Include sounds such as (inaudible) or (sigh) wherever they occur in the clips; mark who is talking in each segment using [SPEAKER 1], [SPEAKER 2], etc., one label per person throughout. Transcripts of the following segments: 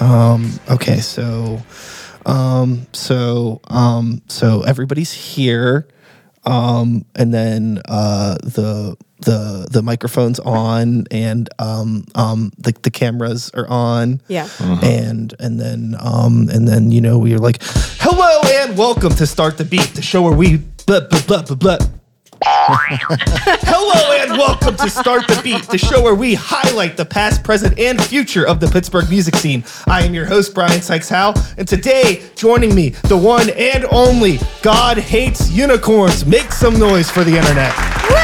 [SPEAKER 1] Um, okay, so, um, so, um, so everybody's here, um, and then uh, the the the microphones on, and um, um, the the cameras are on.
[SPEAKER 2] Yeah.
[SPEAKER 1] And and then um and then you know we are like, hello and welcome to start the beat, the show where we blah blah blah blah blah. Hello and welcome to Start the Beat, the show where we highlight the past, present, and future of the Pittsburgh music scene. I am your host, Brian Sykes Howe, and today joining me, the one and only God Hates Unicorns. Make some noise for the internet. Woo!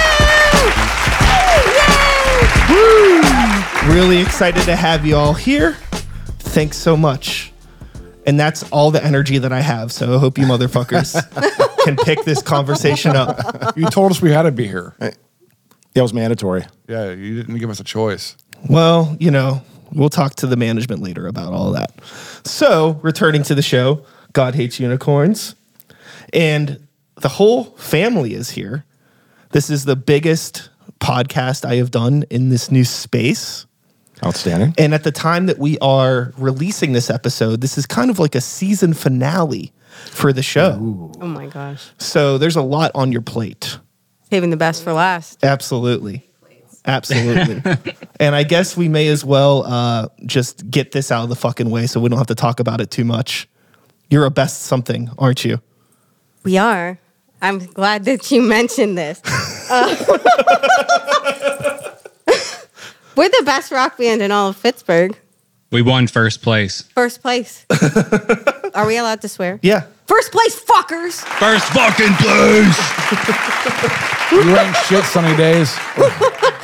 [SPEAKER 1] Really excited to have you all here. Thanks so much. And that's all the energy that I have. So I hope you motherfuckers can pick this conversation up.
[SPEAKER 3] You told us we had to be here.
[SPEAKER 4] That was mandatory.
[SPEAKER 3] Yeah, you didn't give us a choice.
[SPEAKER 1] Well, you know, we'll talk to the management later about all that. So, returning to the show, God hates unicorns, and the whole family is here. This is the biggest podcast I have done in this new space.
[SPEAKER 4] Outstanding.
[SPEAKER 1] And at the time that we are releasing this episode, this is kind of like a season finale for the show.
[SPEAKER 2] Oh my gosh.
[SPEAKER 1] So, there's a lot on your plate.
[SPEAKER 2] Saving the best for last.
[SPEAKER 1] Absolutely. Absolutely. and I guess we may as well uh, just get this out of the fucking way so we don't have to talk about it too much. You're a best something, aren't you?
[SPEAKER 2] We are. I'm glad that you (laughs) mentioned this. Uh, (laughs) we're the best rock band in all of Pittsburgh.
[SPEAKER 5] We won first place.
[SPEAKER 2] First place. are we allowed to swear?
[SPEAKER 1] Yeah.
[SPEAKER 2] First place, fuckers.
[SPEAKER 5] First fucking place.
[SPEAKER 3] You ain't shit sunny days.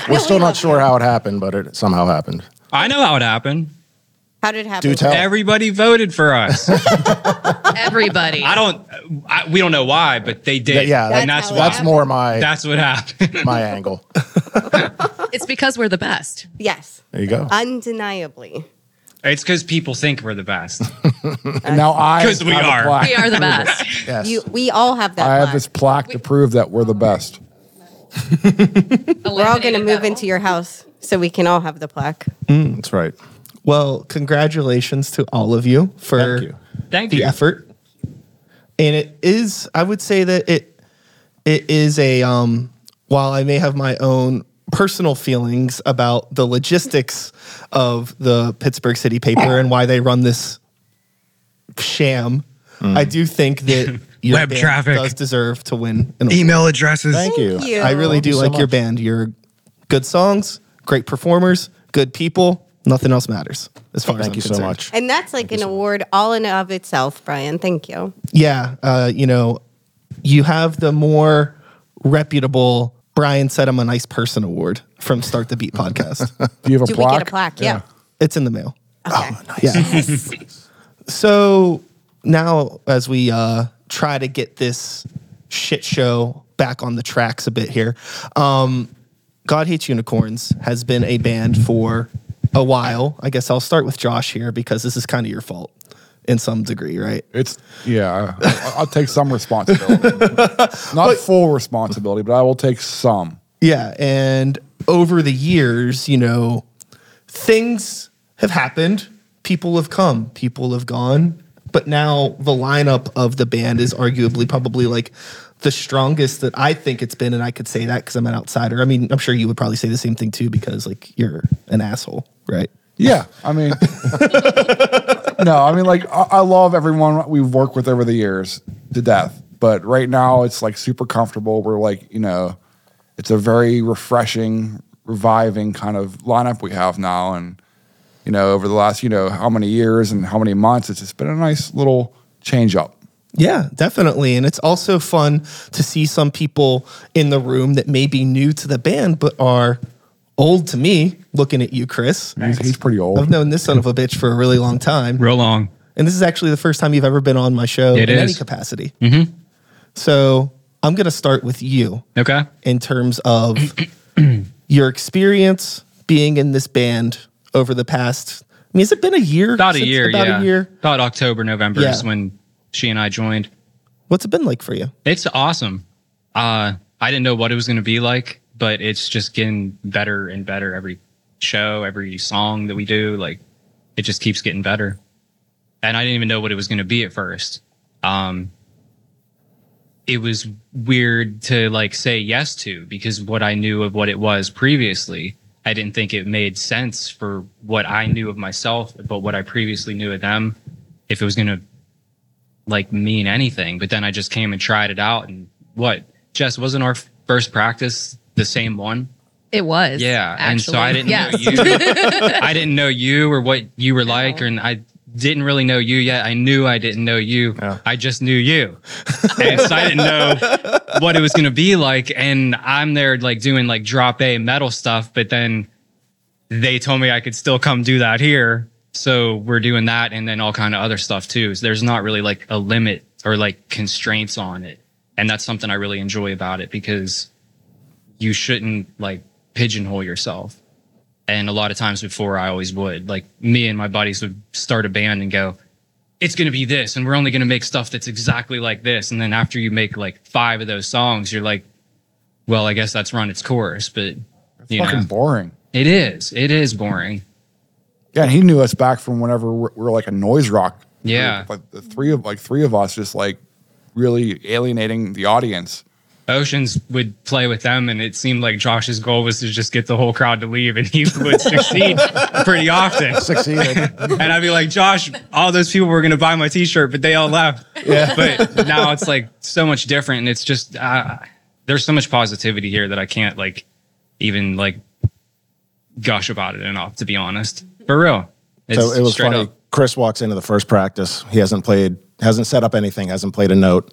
[SPEAKER 4] We're still not sure how it happened, but it somehow happened.
[SPEAKER 5] I know how it happened.
[SPEAKER 2] How did it happen?
[SPEAKER 4] Do tell.
[SPEAKER 5] Everybody voted for us.
[SPEAKER 6] Everybody.
[SPEAKER 5] I don't. I, we don't know why, but they did.
[SPEAKER 4] Yeah,
[SPEAKER 5] and
[SPEAKER 2] That's
[SPEAKER 5] that's
[SPEAKER 2] how it
[SPEAKER 5] why.
[SPEAKER 4] That's more my
[SPEAKER 5] That's what happened. (laughs)
[SPEAKER 4] my angle.
[SPEAKER 6] It's because we're the best.
[SPEAKER 2] Yes,
[SPEAKER 4] There you go.
[SPEAKER 2] undeniably.
[SPEAKER 5] it's because people think we're the best.
[SPEAKER 3] And now I
[SPEAKER 5] 'Because we
[SPEAKER 3] have a
[SPEAKER 5] are.
[SPEAKER 3] plaque
[SPEAKER 6] We
[SPEAKER 3] to
[SPEAKER 6] are the
[SPEAKER 3] prove it.
[SPEAKER 6] best.
[SPEAKER 4] Yes.
[SPEAKER 2] You, we all have that.
[SPEAKER 3] I have
[SPEAKER 2] plaque.
[SPEAKER 3] this plaque to prove that we're the best.
[SPEAKER 2] We're all going to move into your house so we can all have the plaque.
[SPEAKER 4] That's right.
[SPEAKER 1] Well, congratulations to all of you for
[SPEAKER 4] Thank you.
[SPEAKER 5] Thank
[SPEAKER 1] the
[SPEAKER 5] you.
[SPEAKER 1] effort. And it is, I would say that it it is a um while I may have my own personal feelings about the logistics of the Pittsburgh City paper and why they run this sham,
[SPEAKER 4] Mm.
[SPEAKER 1] I do think
[SPEAKER 5] (laughs)
[SPEAKER 1] that your
[SPEAKER 5] Web
[SPEAKER 1] band
[SPEAKER 5] traffic.
[SPEAKER 1] does deserve to win an award.
[SPEAKER 5] Email addresses.
[SPEAKER 4] Thank you.
[SPEAKER 1] I really do
[SPEAKER 4] you so
[SPEAKER 1] like your
[SPEAKER 4] much.
[SPEAKER 1] band. You're good songs, great performers, good people. Nothing else matters as far as
[SPEAKER 4] Thank
[SPEAKER 1] I'm
[SPEAKER 4] you so
[SPEAKER 1] concerned.
[SPEAKER 4] much.
[SPEAKER 2] And that's like an award all in of itself, Brian. Thank you.
[SPEAKER 1] yeah, uh, you know, you have the more reputable Brian said I'm a nice person award from Start
[SPEAKER 4] (laughs)
[SPEAKER 1] the Beat podcast.
[SPEAKER 3] Do you have a
[SPEAKER 2] Do
[SPEAKER 3] plaque?
[SPEAKER 2] we get a plaque? Yeah.
[SPEAKER 1] it's in the mail.
[SPEAKER 2] Okay.
[SPEAKER 1] Yeah. so now, as we uh, try to get this shit show back on the tracks a bit here, um, God Hates Unicorns has been a band for a while. I guess I'll start with Josh here because this is kind of your fault in some degree, right?
[SPEAKER 3] It's yeah. I- I'll take some responsibility, not full responsibility, but I will take some.
[SPEAKER 1] Yeah, and over the years, you know, things have happened. People have come, people have gone, but now the lineup of the band is arguably probably like the strongest that I think it's been, and I could say that because I'm an outsider. I mean, I'm sure you would probably say the same thing too because like you're an asshole, right?
[SPEAKER 3] Yeah, I mean, (laughs) no, I mean, like, I, I love everyone we've worked with over the years to death, but right now it's like super comfortable. We're like, you know, it's a very refreshing, reviving kind of lineup we have now. And, you know, over the last, you know, how many years and how many months, it's just been a nice little change up.
[SPEAKER 1] Yeah, definitely. And it's also fun to see some people in the room that may be new to the band but are old to me, looking at you, Chris.
[SPEAKER 3] He's, he's pretty old.
[SPEAKER 1] I've known this son of a bitch for a really long time.
[SPEAKER 5] (laughs) Real long.
[SPEAKER 1] And this is actually the first time you've ever been on my show
[SPEAKER 5] It
[SPEAKER 1] in any
[SPEAKER 5] is.
[SPEAKER 1] capacity. Mm-hmm. So I'm going to start with you
[SPEAKER 5] Okay.
[SPEAKER 1] in terms of (clears throat) your experience being in this band over the past. I mean, has it been a year?
[SPEAKER 5] About a
[SPEAKER 1] since-
[SPEAKER 5] year.
[SPEAKER 1] About
[SPEAKER 5] yeah.
[SPEAKER 1] a year.
[SPEAKER 5] About October, November
[SPEAKER 1] Yeah.
[SPEAKER 5] is when she and I joined.
[SPEAKER 1] What's it been like for you?
[SPEAKER 5] It's awesome. Uh, I didn't know what it was going to be like, but it's just getting better and better every show, every song that we do. Like, it just keeps getting better. and I didn't even know what it was going to be at first. Um, it was weird to like say yes to because what I knew of what it was previously, I didn't think it made sense for what I knew of myself, but what I previously knew of them, if it was going to like mean anything. But then I just came and tried it out. And what, Jess, wasn't our first practice the same one?
[SPEAKER 6] It was.
[SPEAKER 5] Yeah,
[SPEAKER 6] Actually.
[SPEAKER 5] and so I didn't
[SPEAKER 6] Yes.
[SPEAKER 5] know
[SPEAKER 6] (laughs)
[SPEAKER 5] you. I didn't know you or what you were like, and I didn't really know you yet. I knew I didn't know you. I just knew you, and so I didn't know what it was going to be like. And I'm there like doing like drop A metal stuff, but then they told me I could still come do that here. So we're doing that, and then all kind of other stuff too. So there's not really like a limit or like constraints on it, and that's something I really enjoy about it because you shouldn't like pigeonhole yourself. And a lot of times before, I always would. Like me and my buddies would start a band and go, "It's going to be this, and we're only going to make stuff that's exactly like this." And then after you make like five of those songs, you're like, "Well, I guess that's run its course." But you
[SPEAKER 3] Fucking
[SPEAKER 5] know,
[SPEAKER 3] boring.
[SPEAKER 5] it is. It is boring.
[SPEAKER 3] Yeah, and he knew us back from whenever we're, we're like a noise rock. group.
[SPEAKER 5] Yeah.
[SPEAKER 3] like the three of like three of us just like really alienating the audience.
[SPEAKER 5] Oceans would play with them, and it seemed like Josh's goal was to just get the whole crowd to leave, and he
[SPEAKER 3] (laughs)
[SPEAKER 5] would succeed pretty often.
[SPEAKER 4] Succeeded.
[SPEAKER 5] and I'd be like, Josh, all those people were gonna buy my T-shirt, but they all left. Yeah. But now it's like so much different, and it's just uh, there's so much positivity here that I can't like even like gush about it enough. To be honest, for real. It's
[SPEAKER 4] so it was
[SPEAKER 5] straight
[SPEAKER 4] funny.
[SPEAKER 5] up.
[SPEAKER 4] Chris walks into the first practice. He hasn't played, hasn't set up anything, hasn't played a note,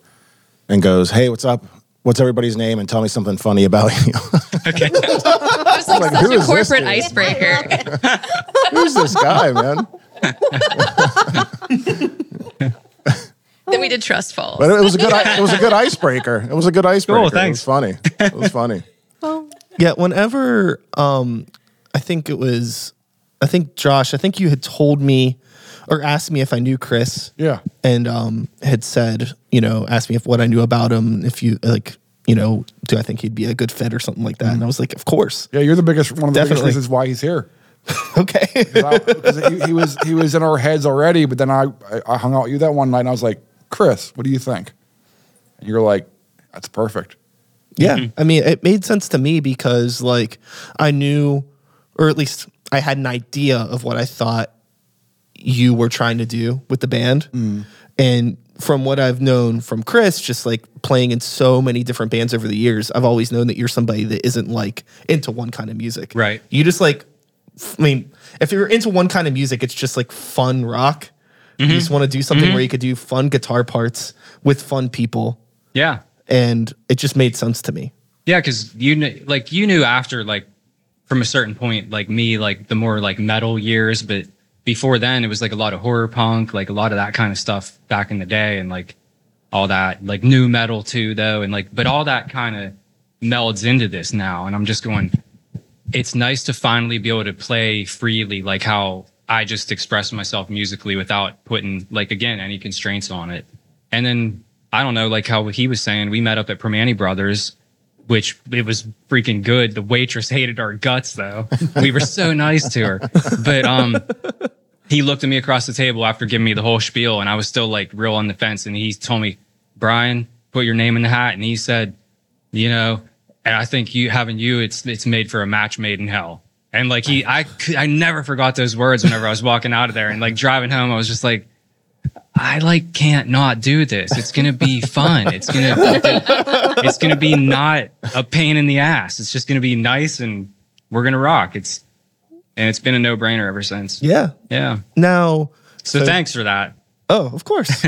[SPEAKER 4] and goes, "Hey, what's up? What's everybody's name? And tell me something funny about (laughs) you."
[SPEAKER 6] It was like,
[SPEAKER 4] Like, who
[SPEAKER 6] such
[SPEAKER 4] is
[SPEAKER 6] a
[SPEAKER 4] this
[SPEAKER 6] corporate
[SPEAKER 4] dude?
[SPEAKER 6] icebreaker.
[SPEAKER 4] Who's this guy, man?
[SPEAKER 6] then we did trust falls.
[SPEAKER 4] But it was a good, it was a good icebreaker. It was a good icebreaker. It
[SPEAKER 5] thanks.
[SPEAKER 4] was funny. It was funny.
[SPEAKER 1] Yeah, whenever um I think it was I think Josh, I think you had told me or asked me if I knew Chris.
[SPEAKER 3] (laughs) Yeah.
[SPEAKER 1] And um had said, you know, asked me if what I knew about him, if you like, you know, do I think he'd be a good fit or something like that? And I was like, of course. (laughs)
[SPEAKER 3] Yeah, you're the biggest one of the biggest
[SPEAKER 1] Definitely.
[SPEAKER 3] reasons why he's here.
[SPEAKER 1] Okay.
[SPEAKER 3] 'Cause he, he was he was in our heads already, but then I, I I hung out with you that one night and I was like, Chris, what do you think? And you're like, that's perfect.
[SPEAKER 1] Yeah. I mean, it made sense to me because, like, I knew, or at least I had an idea of what I thought you were trying to do with the band. And from what I've known from Chris, just like playing in so many different bands over the years, I've always known that you're somebody that isn't like into one kind of music.
[SPEAKER 5] Right.
[SPEAKER 1] You just like, f- I mean, if you're into one kind of music, it's just like fun rock. You just want to do something where you could do fun guitar parts with fun people.
[SPEAKER 5] Yeah.
[SPEAKER 1] And it just made sense to me.
[SPEAKER 5] Yeah, because you kn- like you knew after like from a certain point, like me, like the more like metal years, but before then it was like a lot of horror punk, like a lot of that kind of stuff back in the day, and like all that like new metal too, though, and like but all that kind of melds into this now, and I'm just going. It's nice to finally be able to play freely, like how I just express myself musically without putting like again any constraints on it. And then I don't know, like how he was saying, we met up at Permani Brothers which it was freaking good. The waitress (laughs) hated our guts though. We were so nice to her. But um he looked at me across the table after giving me the whole spiel and I was still like real on the fence and he told me, "Brian, put your name in the hat." And he said, "You know, and I think you having you it's it's made for a match made in hell." And like he I could- I never forgot those words whenever I was walking out of there and like driving home I was just like I like can't not do this. It's gonna be fun. It's gonna it's gonna be not a pain in the ass. It's just gonna be nice and we're gonna rock. It's and it's been a no brainer ever since.
[SPEAKER 1] Yeah.
[SPEAKER 5] Yeah.
[SPEAKER 1] Now,
[SPEAKER 5] So,
[SPEAKER 1] So-
[SPEAKER 5] thanks for that.
[SPEAKER 1] oh, of
[SPEAKER 5] (laughs)
[SPEAKER 1] course.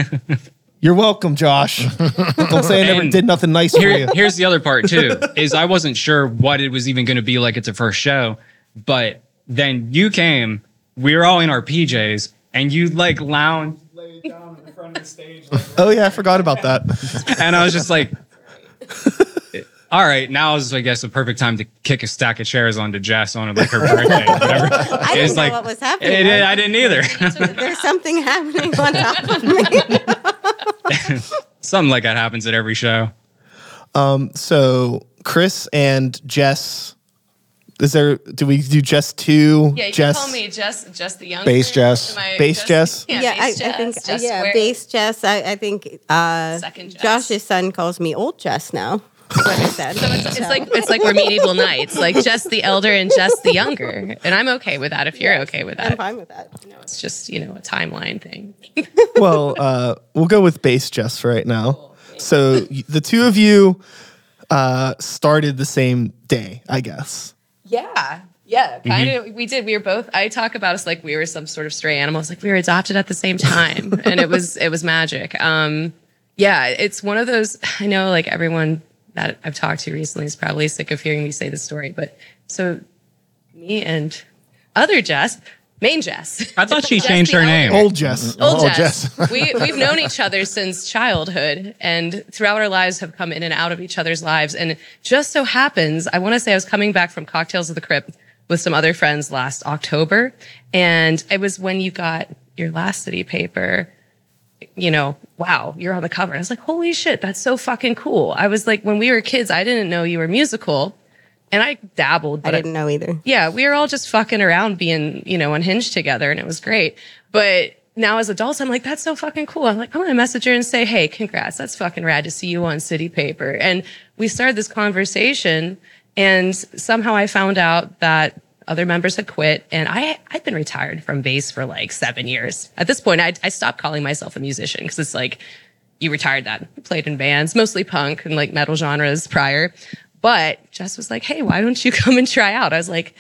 [SPEAKER 1] You're welcome, Josh. Don't say I never
[SPEAKER 5] And
[SPEAKER 1] did nothing nice for you.
[SPEAKER 5] Here, here's the other part too: is I wasn't sure what it was even going to be like at the first show, but then you came. We were all in our PJs, and you like lounged, laid down in front of the stage, like,
[SPEAKER 1] Oh yeah, I forgot about that.
[SPEAKER 5] (laughs) and I was just like, "All right, now is I guess the perfect time to kick a stack of chairs onto Jess on like her birthday, or whatever."
[SPEAKER 2] I
[SPEAKER 5] It's
[SPEAKER 2] didn't know
[SPEAKER 5] like-
[SPEAKER 2] what was
[SPEAKER 5] It,
[SPEAKER 2] happening.
[SPEAKER 5] it- I didn't
[SPEAKER 2] (laughs)
[SPEAKER 5] either.
[SPEAKER 2] There's something happening on top of me.
[SPEAKER 5] Something like that happens at every show.
[SPEAKER 1] So Chris and Jess Is there? Do we do just two?
[SPEAKER 6] Yeah, you
[SPEAKER 1] Jess?
[SPEAKER 6] call me Jess, Jess the young
[SPEAKER 4] Bass
[SPEAKER 6] girl.
[SPEAKER 4] Jess.
[SPEAKER 6] Am I
[SPEAKER 1] Bass Jess?
[SPEAKER 6] (laughs) Yeah,
[SPEAKER 2] yeah, I,
[SPEAKER 6] bass
[SPEAKER 2] I think uh,
[SPEAKER 6] Jess, Jess
[SPEAKER 2] yeah,
[SPEAKER 6] Ware,
[SPEAKER 2] bass Jess. I, I think uh,
[SPEAKER 6] second Jess.
[SPEAKER 2] Josh's son calls me old Jess now. That's what I said.
[SPEAKER 6] (laughs) So it's, it's like it's
[SPEAKER 2] (laughs)
[SPEAKER 6] like we're medieval knights, like Jess the elder and Jess the younger, and I'm okay with that. If you're okay with
[SPEAKER 2] I'm
[SPEAKER 6] that,
[SPEAKER 2] fine with that.
[SPEAKER 6] you know, it's just you know a timeline thing.
[SPEAKER 1] (laughs) well, uh, we'll go with bass Jess for right now. So y- the two of you uh, started the same day, I guess.
[SPEAKER 6] Yeah. Yeah, kind of. We did. We were both. I talk about us like we were some sort of stray animals. Like we were adopted at the same time, and it was it was magic. Um, yeah, it's one of those. I know, like everyone that I've talked to recently is probably sick of hearing me say this story. But so, me and other Jess, main Jess, (laughs)
[SPEAKER 5] I thought she
[SPEAKER 6] Jess
[SPEAKER 5] changed
[SPEAKER 6] the
[SPEAKER 5] her name.
[SPEAKER 1] Old Jess.
[SPEAKER 6] old
[SPEAKER 4] Oh,
[SPEAKER 6] Jess. we, we've known each other since childhood and throughout our lives have come in and out of each other's lives. And it just so happens, I want to say I was coming back from Cocktails of the Crypt with some other friends last October. And it was when you got your last city paper you know, wow, you're on the cover. I was like, holy shit, that's so fucking cool. I was like, when we were kids, I didn't know you were musical. And I dabbled,
[SPEAKER 2] I
[SPEAKER 6] but
[SPEAKER 2] didn't know either.
[SPEAKER 6] yeah, we were all just fucking around being, you know, unhinged together and it was great. But now as adults, I'm like, that's so fucking cool. I'm like, I'm gonna message her and say, hey, congrats. That's fucking rad to see you on City Paper. And we started this conversation and somehow I found out that other members had quit and I, I'd been retired from bass for like seven years. At this point, I, I stopped calling myself a musician because it's like, you retired that You played in bands mostly punk and like metal genres prior but jess was like hey why don't you (laughs) come and try out i was like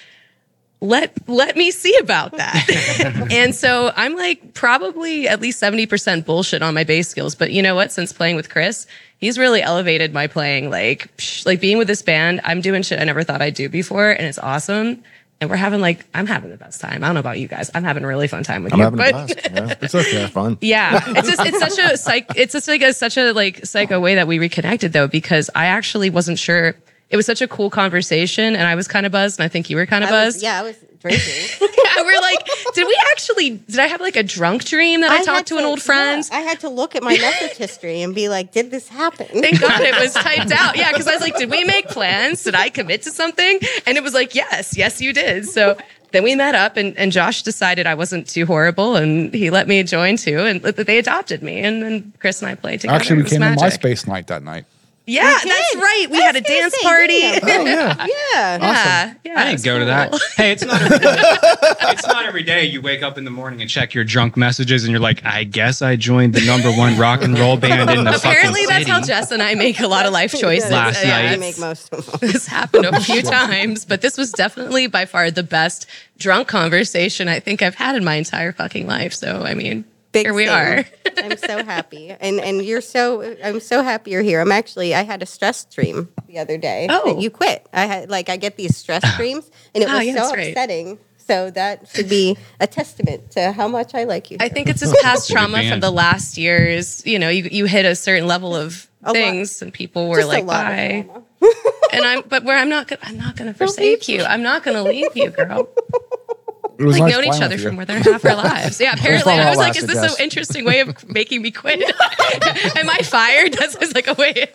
[SPEAKER 6] let let me see
[SPEAKER 4] (laughs)
[SPEAKER 6] about that and so i'm like probably at least 70% bullshit on my bass skills but you know what since playing with chris he's really elevated my playing like psh, like being with this band i'm doing shit i never thought i'd do before and it's awesome and we're having like i'm having the best time i don't know about you guys i'm having a really fun time with
[SPEAKER 4] I'm
[SPEAKER 6] you
[SPEAKER 4] having a
[SPEAKER 6] but-
[SPEAKER 4] blast. Yeah, it's okay. Fun.
[SPEAKER 6] yeah,
[SPEAKER 4] (laughs)
[SPEAKER 6] it's just it's such a psych. It's just like a such a like psycho way that we reconnected though because I actually wasn't sure. It was such a cool conversation, and I was kind of buzzed, and I think you were kind of
[SPEAKER 2] I was,
[SPEAKER 6] buzzed.
[SPEAKER 2] yeah, I was drinking.
[SPEAKER 6] yeah, we're like, did we actually? Did I have like a drunk dream that (laughs) I,
[SPEAKER 2] had
[SPEAKER 6] talked to, an old friend?
[SPEAKER 2] yeah, I had to look at my message history and be like, did this happen? (laughs)
[SPEAKER 6] Thank God it was typed out. Yeah, because I was like, did we make plans? Did I commit to something? And it was like, yes, yes, you did. So then we met up, and, and Josh decided I wasn't too horrible, and he let me join too, and they adopted me. And then Chris and I played together.
[SPEAKER 3] Actually,
[SPEAKER 6] It
[SPEAKER 3] we
[SPEAKER 6] was
[SPEAKER 3] came to
[SPEAKER 6] magic.
[SPEAKER 3] MySpace night that night.
[SPEAKER 6] Yeah,
[SPEAKER 2] did.
[SPEAKER 6] that's right. We
[SPEAKER 2] I
[SPEAKER 6] had a
[SPEAKER 2] was gonna
[SPEAKER 6] dance
[SPEAKER 2] say,
[SPEAKER 6] party.
[SPEAKER 2] yeah.
[SPEAKER 1] Oh yeah.
[SPEAKER 2] (laughs) yeah.
[SPEAKER 6] Yeah, yeah,
[SPEAKER 5] I didn't
[SPEAKER 6] it's
[SPEAKER 5] go to
[SPEAKER 6] cool.
[SPEAKER 5] that. Hey, it's not. Every, (laughs) it's not every day you wake up in the morning and check your drunk messages, and you're like, I guess I joined the number one rock and roll band in the
[SPEAKER 6] Apparently,
[SPEAKER 5] fucking
[SPEAKER 6] that's
[SPEAKER 5] city.
[SPEAKER 6] how Jess and I make a lot
[SPEAKER 2] (laughs)
[SPEAKER 6] of life choices.
[SPEAKER 5] Last
[SPEAKER 6] Yeah,
[SPEAKER 5] night.
[SPEAKER 2] I
[SPEAKER 6] it's-
[SPEAKER 2] make most of them.
[SPEAKER 6] This happened (laughs) a few times, but this was definitely by far the best drunk conversation I think I've had in my entire fucking life. So, I mean,
[SPEAKER 2] Big
[SPEAKER 6] here we
[SPEAKER 2] thing. (laughs)
[SPEAKER 6] are.
[SPEAKER 2] I'm so happy, and and you're so I'm so happy you're here. I'm actually I had a stress dream the other day. that
[SPEAKER 6] Oh.
[SPEAKER 2] you quit. I had like I get these
[SPEAKER 6] (gasps)
[SPEAKER 2] stress dreams, and it
[SPEAKER 6] Ah,
[SPEAKER 2] was
[SPEAKER 6] yeah,
[SPEAKER 2] so
[SPEAKER 6] that's right.
[SPEAKER 2] upsetting. So that should be a testament to how much I like you.
[SPEAKER 6] I
[SPEAKER 2] here.
[SPEAKER 6] think it's just past trauma from the last years. You know, you, you hit a certain level of
[SPEAKER 2] lot.
[SPEAKER 6] things, and people were
[SPEAKER 2] Just a
[SPEAKER 6] like,
[SPEAKER 2] lot of
[SPEAKER 6] bye.
[SPEAKER 2] drama.
[SPEAKER 6] (laughs) And I'm, but where I'm not gonna, I'm not gonna forsake you. I'm not gonna leave
[SPEAKER 3] (laughs)
[SPEAKER 6] you, girl.
[SPEAKER 3] It was
[SPEAKER 6] like
[SPEAKER 3] nice
[SPEAKER 6] known each
[SPEAKER 3] playing
[SPEAKER 6] other
[SPEAKER 3] with
[SPEAKER 6] for
[SPEAKER 3] you.
[SPEAKER 6] more than half our lives. Yeah, apparently.
[SPEAKER 3] fun
[SPEAKER 6] And I was
[SPEAKER 3] while (laughs) it
[SPEAKER 6] like, is this
[SPEAKER 3] lasted, yes.
[SPEAKER 6] an interesting
[SPEAKER 3] (laughs)
[SPEAKER 6] way of making me quit? (laughs) Am I fired? (laughs) That's just like a way.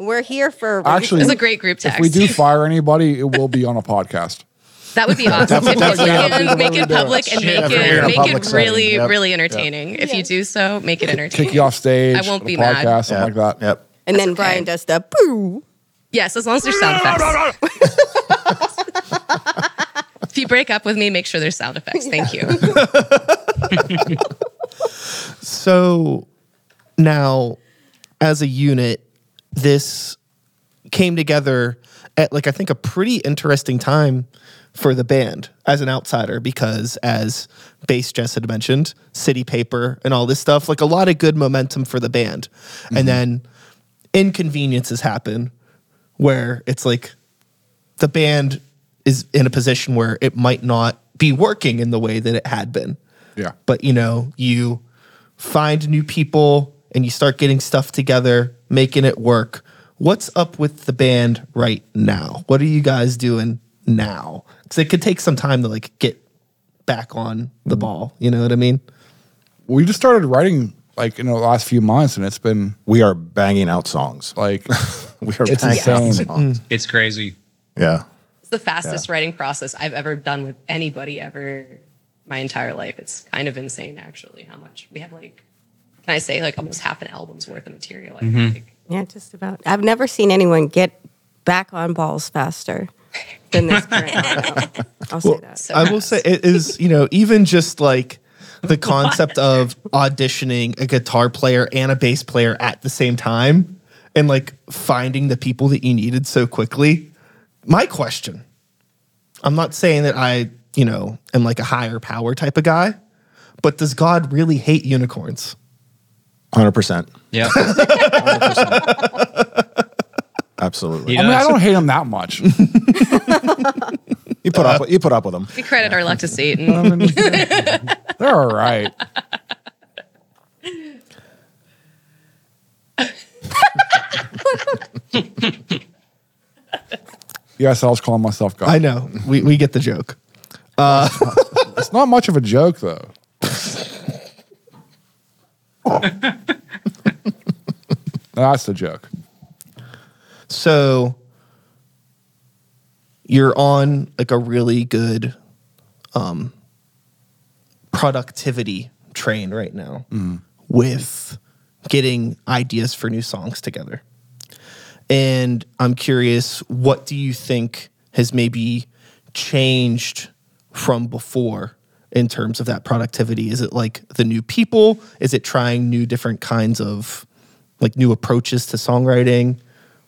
[SPEAKER 2] We're here for a reason.
[SPEAKER 3] Actually,
[SPEAKER 6] It's a great group
[SPEAKER 3] If
[SPEAKER 6] text.
[SPEAKER 3] we do fire anybody, it will be on a podcast.
[SPEAKER 6] that would be awesome.
[SPEAKER 4] Definitely-
[SPEAKER 6] if you
[SPEAKER 4] definitely have to do
[SPEAKER 6] can make
[SPEAKER 3] what
[SPEAKER 6] it
[SPEAKER 3] we do.
[SPEAKER 6] public and
[SPEAKER 5] Shit,
[SPEAKER 6] make
[SPEAKER 5] we're
[SPEAKER 4] in
[SPEAKER 6] it
[SPEAKER 4] a
[SPEAKER 6] make
[SPEAKER 4] public
[SPEAKER 6] it
[SPEAKER 4] setting.
[SPEAKER 6] really,
[SPEAKER 4] Yep.
[SPEAKER 6] really entertaining. If you do so, make it entertaining.
[SPEAKER 3] Kick you off stage.
[SPEAKER 6] (laughs) I won't
[SPEAKER 3] on
[SPEAKER 6] be
[SPEAKER 3] a
[SPEAKER 6] mad.
[SPEAKER 3] podcast, something like that.
[SPEAKER 4] Yep.
[SPEAKER 2] and then
[SPEAKER 6] okay.
[SPEAKER 2] Brian does the boo.
[SPEAKER 6] Yes, as long as there's sound effects. (laughs) if you break up with me, make sure there's sound effects. Thank you.
[SPEAKER 1] So now, as a unit, this came together at like I think a pretty interesting time for the band as an outsider because as bass Jess had mentioned, City Paper and all this stuff, like a lot of good momentum for the band. And then inconveniences happen where it's like the band is in a position where it might not be working in the way that it had been
[SPEAKER 3] Yeah.
[SPEAKER 1] but you know you find new people and you start getting stuff together making it work what's up with the band right now what are you guys doing now because it could take some time to like get back on the ball you know what i mean
[SPEAKER 3] We just started writing like in the last few months, and it's been
[SPEAKER 4] We are banging out songs.
[SPEAKER 5] (laughs)
[SPEAKER 3] like
[SPEAKER 4] We are
[SPEAKER 3] It's
[SPEAKER 4] banging
[SPEAKER 3] insane.
[SPEAKER 4] out songs.
[SPEAKER 5] It's crazy.
[SPEAKER 4] Yeah.
[SPEAKER 6] It's the fastest writing process I've ever done with anybody ever my entire life. It's kind of insane actually how much we have like can I say like almost half an album's worth of material. I
[SPEAKER 3] Mm-hmm.
[SPEAKER 6] think.
[SPEAKER 2] Yeah, just about. I've never seen anyone get back on balls faster than
[SPEAKER 6] (laughs)
[SPEAKER 2] this current lineup. I'll say that.
[SPEAKER 6] So
[SPEAKER 1] I will
[SPEAKER 6] fast.
[SPEAKER 1] say it is, you know, even just like the concept of auditioning a guitar player and a bass player at the same time and like finding the people that you needed so quickly. My question I'm not saying that I, you know, am like a higher power type of guy, but does God really hate unicorns?
[SPEAKER 4] Hundred percent.
[SPEAKER 5] Yeah.
[SPEAKER 4] Absolutely.
[SPEAKER 5] You
[SPEAKER 3] I
[SPEAKER 5] know,
[SPEAKER 3] mean, I don't hate him that much. (laughs)
[SPEAKER 4] You put up. with- You put up with them.
[SPEAKER 6] we credit our luck to
[SPEAKER 3] (laughs)
[SPEAKER 6] Satan.
[SPEAKER 3] I mean, they're all right. yes, I was calling myself God.
[SPEAKER 1] I know. We, we get the joke.
[SPEAKER 3] it's not much of a joke,
[SPEAKER 4] (laughs)
[SPEAKER 3] though. That's the joke.
[SPEAKER 1] So you're on like a really good um, productivity train right now with getting ideas for new songs together. And I'm curious, what do you think has maybe changed from before in terms of that productivity? Is it like the new people? Is it trying new different kinds of like new approaches to songwriting?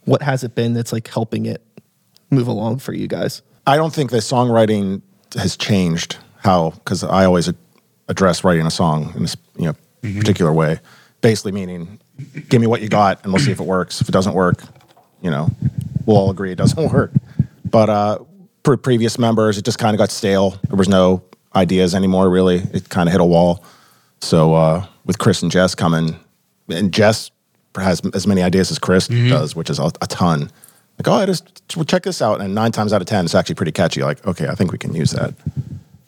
[SPEAKER 1] What has it been that's like helping it move along for you guys?
[SPEAKER 4] I don't think the songwriting has changed how because I always address writing a song in this you know
[SPEAKER 3] Mm-hmm.
[SPEAKER 4] particular way, basically meaning give me what you got and we'll see if it works. If it doesn't work, you know, we'll all agree it doesn't (laughs) work. But uh, for previous members, it just kind of got stale. There was no ideas anymore. Really, it kind of hit a wall. So uh, with Chris and Jess coming, and Jess has as many ideas as Chris
[SPEAKER 3] Mm-hmm.
[SPEAKER 4] does, which is a, a ton. Like, oh, I just well, check this out, and nine times out of ten, it's actually pretty catchy. Like, okay, I think we can use that.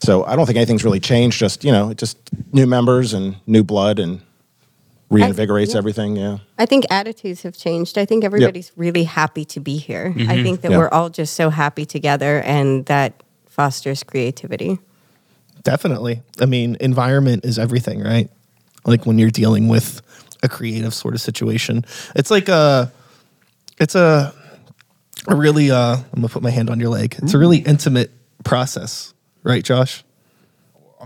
[SPEAKER 4] So I don't think anything's really changed. Just you know, just new members and new blood and reinvigorates
[SPEAKER 2] yeah.
[SPEAKER 4] everything. Yeah,
[SPEAKER 2] I think attitudes have changed. I think everybody's really happy to be here. I think that
[SPEAKER 4] Yeah.
[SPEAKER 2] we're all just so happy together, and that fosters creativity.
[SPEAKER 1] Definitely. I mean, environment is everything, right? Like when you're dealing with a creative sort of situation, it's like a, it's a, a really. Uh, I'm gonna put my hand on your leg. It's a really intimate process, right, Josh?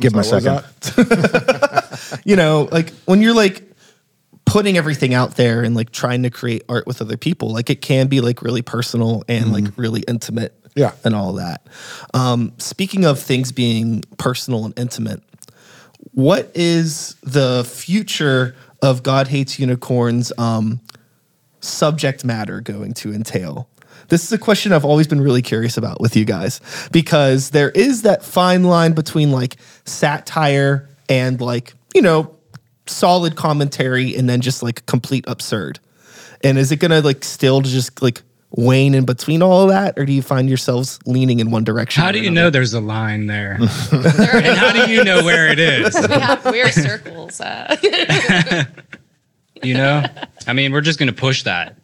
[SPEAKER 4] give him a
[SPEAKER 3] sorry, what
[SPEAKER 4] second.
[SPEAKER 3] was
[SPEAKER 1] You know, like when you're like putting everything out there and like trying to create art with other people, like it can be like really personal and like really intimate,
[SPEAKER 3] Yeah.
[SPEAKER 1] and all that. Um, speaking of things being personal and intimate, what is the future of God Hates Unicorns um, subject matter going to entail? This is a question I've always been really curious about with you guys because there is that fine line between like satire and like, you know, solid commentary and then just like complete absurd. And is it going to like still just like wane in between all of that or do you find yourselves leaning in one direction?
[SPEAKER 5] how do
[SPEAKER 1] or
[SPEAKER 5] you
[SPEAKER 1] another?
[SPEAKER 5] know there's a line there? and how do you know where it is?
[SPEAKER 6] we have weird circles. Uh, (laughs)
[SPEAKER 5] You know? I mean, we're just going to push that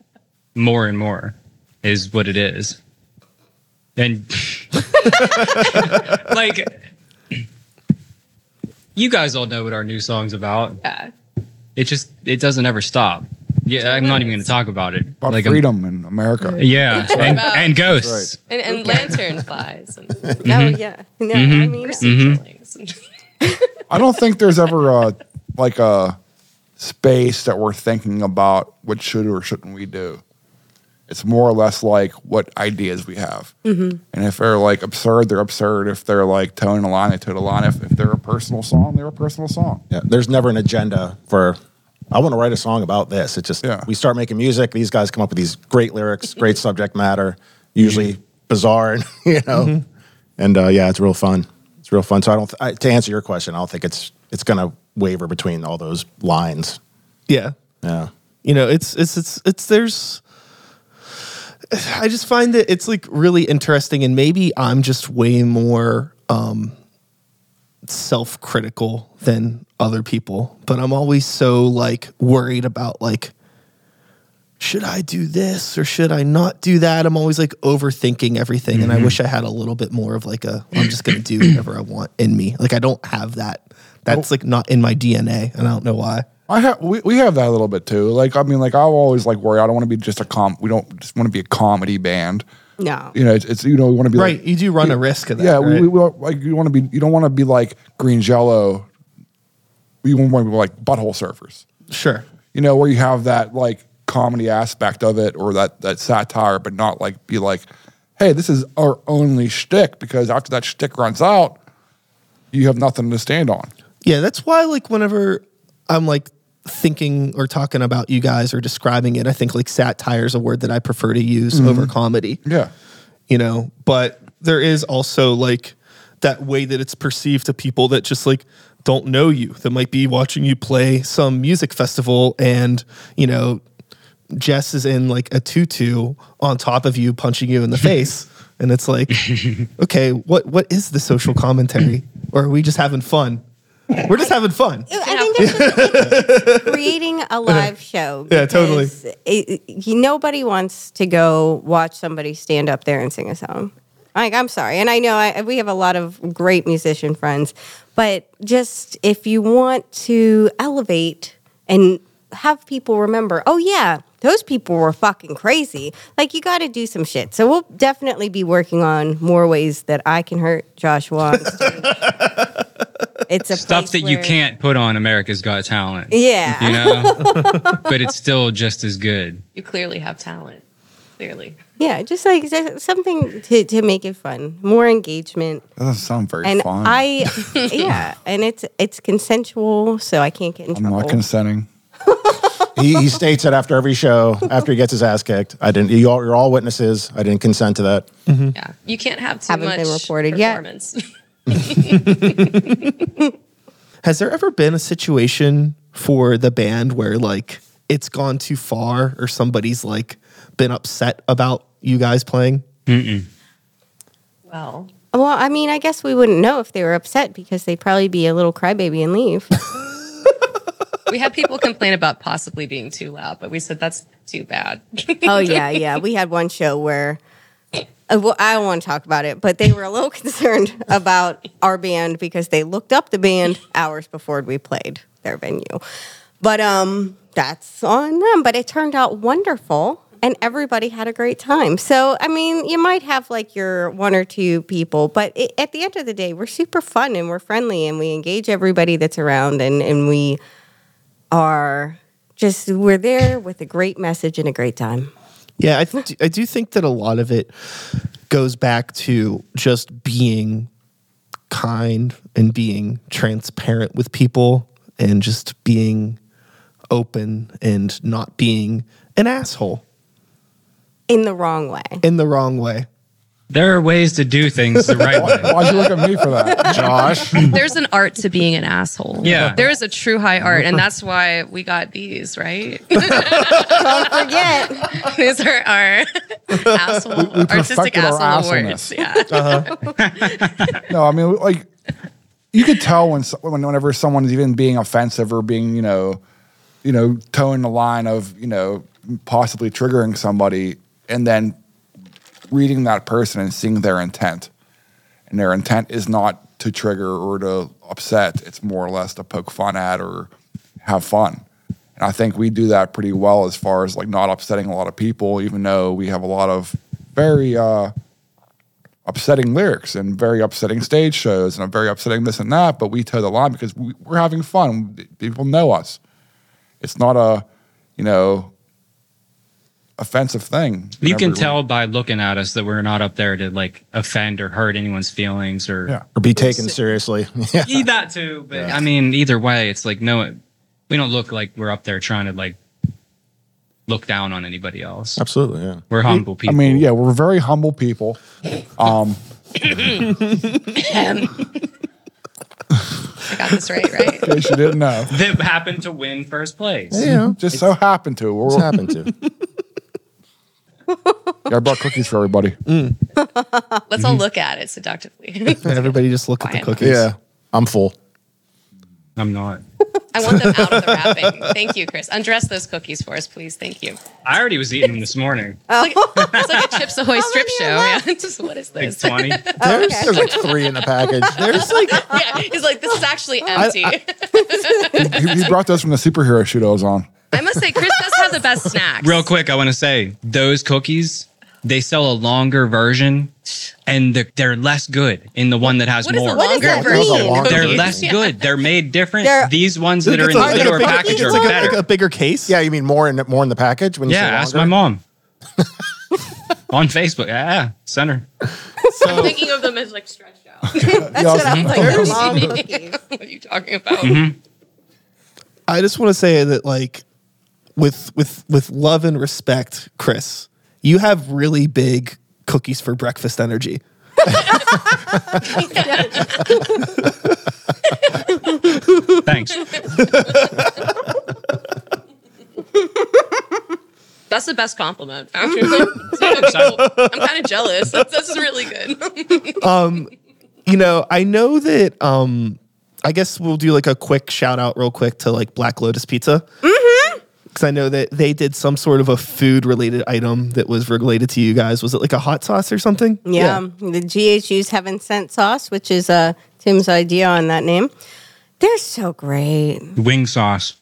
[SPEAKER 5] more and more, is what it is. And (laughs) like, you guys all know what our new song's about.
[SPEAKER 6] yeah.
[SPEAKER 5] It just, it doesn't ever stop. Yeah, I'm not even going to talk about it.
[SPEAKER 3] About
[SPEAKER 5] Like, I'm-
[SPEAKER 3] freedom in America.
[SPEAKER 5] Yeah, and,
[SPEAKER 6] about-
[SPEAKER 5] and ghosts.
[SPEAKER 6] And, and lantern
[SPEAKER 2] (laughs)
[SPEAKER 6] flies and
[SPEAKER 2] Oh yeah, no, I mean,
[SPEAKER 3] Mm-hmm.
[SPEAKER 6] seedlings.
[SPEAKER 3] I don't think there's ever a like a space that we're thinking about what should or shouldn't we do. It's more or less like what ideas we have. And if they're like absurd, they're absurd. If they're like toeing a line, they toe a line. If, if they're a personal song, they're a personal song.
[SPEAKER 4] Yeah, there's never an agenda for. I want to write a song about this. It's just
[SPEAKER 3] Yeah.
[SPEAKER 4] we start making music. These guys come up with these great lyrics, great subject matter, usually bizarre, (laughs) you know. And uh, yeah, it's real fun. It's real fun. So I don't. Th- I, to answer your question, I don't think it's it's gonna waver between all those lines.
[SPEAKER 1] Yeah.
[SPEAKER 4] Yeah.
[SPEAKER 1] you know it's it's it's it's there's i just find that it's like really interesting and maybe i'm just way more um self-critical than other people but i'm always so like worried about like should I do this or should I not do that? I'm always like overthinking everything. And
[SPEAKER 3] Mm-hmm.
[SPEAKER 1] I wish I had a little bit more of like a, I'm just going to do whatever I want in me. Like I don't have that. That's like not in my DNA. And I don't know why.
[SPEAKER 3] I have we, we have that a little bit too. Like I mean, like I always like worry. I don't want to be just a com. We don't just want to be a comedy band.
[SPEAKER 2] No.
[SPEAKER 3] You know, it's, it's you know we want to be like-
[SPEAKER 1] Right. You do run a risk of that.
[SPEAKER 3] yeah, we-
[SPEAKER 1] right?
[SPEAKER 3] we, we, like you want to be. You don't want to be like Green Jello. You want to be like butthole surfers.
[SPEAKER 1] sure.
[SPEAKER 3] You know, where you have that like comedy aspect of it or that that satire, but not like be like, hey, this is our only shtick because after that shtick runs out, you have nothing to stand on.
[SPEAKER 1] Yeah, that's why like whenever I'm like thinking or talking about you guys or describing it, I think like satire is a word that I prefer to use over comedy.
[SPEAKER 3] Yeah.
[SPEAKER 1] You know, but there is also like that way that it's perceived to people that just like don't know you, that might be watching you play some music festival and, you know, Jess is in like a tutu on top of you punching you in the face. And it's like, okay, what what is the social commentary? Or are we just having fun? We're just having fun.
[SPEAKER 2] I think that's just it's
[SPEAKER 1] (laughs)
[SPEAKER 2] creating a live show.
[SPEAKER 1] Yeah, totally.
[SPEAKER 2] because it- it- nobody wants to go watch somebody stand up there and sing a song. Like, I'm sorry, and I know I, we have a lot of great musician friends, but just if you want to elevate and have people remember, oh yeah, those people were fucking crazy. Like you got to do some shit. So we'll definitely be working on more ways that I can hurt Joshua. it's a place
[SPEAKER 5] Stuff that you
[SPEAKER 2] where-
[SPEAKER 5] can't put on America's Got Talent.
[SPEAKER 2] Yeah.
[SPEAKER 5] You know? but it's still just as good.
[SPEAKER 6] (laughs) You clearly have talent. Clearly.
[SPEAKER 2] (laughs) Yeah, just like s- something to, to make it fun, more engagement,
[SPEAKER 3] That doesn't sound very
[SPEAKER 2] and
[SPEAKER 3] fun. (laughs)
[SPEAKER 2] I, yeah, and it's it's consensual, so I can't get in
[SPEAKER 3] I'm
[SPEAKER 2] trouble.
[SPEAKER 3] not consenting.
[SPEAKER 4] he, he states it after every show, after he gets his ass kicked. I didn't. You all, you're all witnesses. I didn't consent to that.
[SPEAKER 6] Yeah. You can't have too
[SPEAKER 2] Mm-hmm. Haven't
[SPEAKER 6] much
[SPEAKER 2] been reported yet.
[SPEAKER 6] performance. (laughs)
[SPEAKER 1] Has there ever been a situation for the band where like it's gone too far or somebody's like been upset about you guys playing?
[SPEAKER 2] well,
[SPEAKER 6] well,
[SPEAKER 2] I mean, I guess we wouldn't know if they were upset because they'd probably be a little crybaby and leave.
[SPEAKER 6] we had people complain about possibly being too loud, but we said that's too bad.
[SPEAKER 2] (laughs) oh yeah,
[SPEAKER 6] (laughs)
[SPEAKER 2] yeah, we had one show where. uh, Well, I don't want to talk about it, but they were a little (laughs) concerned about our band because they looked up the band hours before we played their venue. But um, that's on them. But it turned out wonderful, and everybody had a great time. So I mean, you might have like your one or two people, but it, at the end of the day, we're super fun and we're friendly and we engage everybody that's around, and and we are just we're there with a great message and a great time.
[SPEAKER 1] Yeah, I th- I do think that a lot of it goes back to just being kind and being transparent with people and just being open and not being an asshole
[SPEAKER 2] in the wrong way.
[SPEAKER 1] in the wrong way.
[SPEAKER 5] There are ways to do things the right
[SPEAKER 3] (laughs)
[SPEAKER 5] way.
[SPEAKER 3] Why'd you look at me for that?
[SPEAKER 4] Josh,
[SPEAKER 6] There's an art to being an asshole.
[SPEAKER 5] Yeah.
[SPEAKER 6] There is a true
[SPEAKER 2] (laughs)
[SPEAKER 6] high art, and that's why we got these, right?
[SPEAKER 2] Forget.
[SPEAKER 6] these are
[SPEAKER 2] (laughs)
[SPEAKER 6] our asshole, artistic
[SPEAKER 3] perfected our
[SPEAKER 6] asshole awards.
[SPEAKER 3] assholeness.
[SPEAKER 6] Yeah. (laughs)
[SPEAKER 3] No, I mean like you could tell when, so- when whenever someone's even being offensive or being you know you know towing the line of you know possibly triggering somebody and then reading that person and seeing their intent and their intent is not to trigger or to upset it's more or less to poke fun at or have fun and i think we do that pretty well as far as like not upsetting a lot of people even though we have a lot of very uh upsetting lyrics and very upsetting stage shows and very upsetting this and that, but we toe the line because we, we're having fun. People know us. It's not a, you know, offensive thing.
[SPEAKER 5] You can
[SPEAKER 3] Everyone-
[SPEAKER 5] tell by looking at us that we're not up there to like offend or hurt anyone's feelings or
[SPEAKER 3] Yeah.
[SPEAKER 4] or be taken seriously. (laughs) Yeah.
[SPEAKER 5] Eat that too. But I mean, either way, it's like no, we don't look like we're up there trying to like look down on anybody else.
[SPEAKER 4] Absolutely. Yeah.
[SPEAKER 5] We're humble
[SPEAKER 3] I
[SPEAKER 5] people.
[SPEAKER 3] mean, yeah, we're very humble people. Um,
[SPEAKER 6] I got this right, right?
[SPEAKER 3] in case you didn't
[SPEAKER 4] (laughs)
[SPEAKER 3] know,
[SPEAKER 5] that happened to win first place.
[SPEAKER 4] You know,
[SPEAKER 3] just so happened to. We're,
[SPEAKER 4] it's happened to.
[SPEAKER 3] yeah, I brought cookies for everybody.
[SPEAKER 6] Let's
[SPEAKER 5] Mm-hmm.
[SPEAKER 6] all look at it seductively. (laughs)
[SPEAKER 1] And everybody just look at the
[SPEAKER 6] Quiet.
[SPEAKER 1] cookies.
[SPEAKER 4] Yeah. I'm full.
[SPEAKER 5] I'm not.
[SPEAKER 6] I want them out of the
[SPEAKER 5] (laughs)
[SPEAKER 6] wrapping. Thank you, Chris. Undress those cookies for us, please. Thank you.
[SPEAKER 5] I already was eating them this morning.
[SPEAKER 2] Oh.
[SPEAKER 6] It's, like, it's like a Chips Ahoy strip
[SPEAKER 2] many
[SPEAKER 6] show.
[SPEAKER 2] are
[SPEAKER 6] Yeah. (laughs) Just, what is
[SPEAKER 5] Like
[SPEAKER 2] (laughs)
[SPEAKER 6] this?
[SPEAKER 5] 20.
[SPEAKER 4] There's, there's like three in the package.
[SPEAKER 1] There's like
[SPEAKER 6] yeah, he's like, this is actually empty. (laughs) I,
[SPEAKER 3] He, he brought those from the superhero shoot I was on.
[SPEAKER 6] must say, Chris does have the best snacks.
[SPEAKER 5] Real quick, I want to say those cookies, they sell a longer version and they're, they're less good in the one that has
[SPEAKER 6] What is
[SPEAKER 5] more.
[SPEAKER 6] a longer
[SPEAKER 2] that
[SPEAKER 6] version?
[SPEAKER 4] mean?
[SPEAKER 6] of (laughs)
[SPEAKER 5] they're
[SPEAKER 6] cookies?
[SPEAKER 5] less good. They're made different.
[SPEAKER 2] They're-
[SPEAKER 5] These ones that are in
[SPEAKER 1] it's
[SPEAKER 5] the
[SPEAKER 1] like
[SPEAKER 5] newer
[SPEAKER 1] a big-
[SPEAKER 5] package
[SPEAKER 1] it's
[SPEAKER 5] are
[SPEAKER 1] like a-
[SPEAKER 5] better.
[SPEAKER 1] like a bigger case.
[SPEAKER 4] yeah, you mean more in more in the package when you
[SPEAKER 5] yeah,
[SPEAKER 4] say
[SPEAKER 5] ask my
[SPEAKER 4] longer?
[SPEAKER 5] mom (laughs) on Facebook. Yeah, send her.
[SPEAKER 6] I'm thinking of them as like stretched out.
[SPEAKER 2] That's
[SPEAKER 3] Yeah,
[SPEAKER 2] what I'm
[SPEAKER 3] I
[SPEAKER 2] like.
[SPEAKER 3] was-
[SPEAKER 2] they're long cookies.
[SPEAKER 6] (laughs) what are you talking about?
[SPEAKER 5] Mm-hmm.
[SPEAKER 1] I just want to say that like with with with love and respect, Chris, you have really big cookies for breakfast energy.
[SPEAKER 2] (laughs)
[SPEAKER 5] Thanks.
[SPEAKER 6] That's the best compliment.
[SPEAKER 2] Mm-hmm.
[SPEAKER 6] Actually, I'm kind of jealous. That's, that's really good. (laughs)
[SPEAKER 1] You know, I know that um I guess we'll do like a quick shout out real quick to like Black Lotus Pizza. Mm-hmm. Cause I know that they did some sort of a food related item that was related to you guys. Was it like a hot sauce or something?
[SPEAKER 2] (laughs) Yeah, the GHU's Heaven Sent Sauce, which is uh, Tim's idea on that name. They're so great.
[SPEAKER 5] Wing sauce.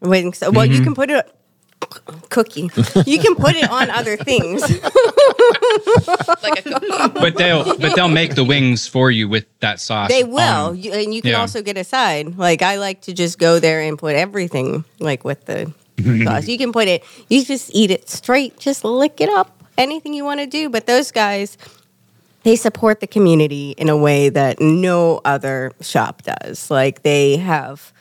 [SPEAKER 2] Waiting. So, well, you can put it. Cookie. You can put it on other things.
[SPEAKER 6] Like a cookie.
[SPEAKER 5] But they'll but they'll make the wings for you with that sauce.
[SPEAKER 2] They
[SPEAKER 5] on
[SPEAKER 2] will, you, and you can
[SPEAKER 5] yeah.
[SPEAKER 2] also get a side. Like I like to just go there and put everything like with
[SPEAKER 5] (laughs)
[SPEAKER 2] the sauce. You can put it. You just eat it straight. Just lick it up. Anything you want to do. But those guys, they support the community in a way that no other shop does. Like they have,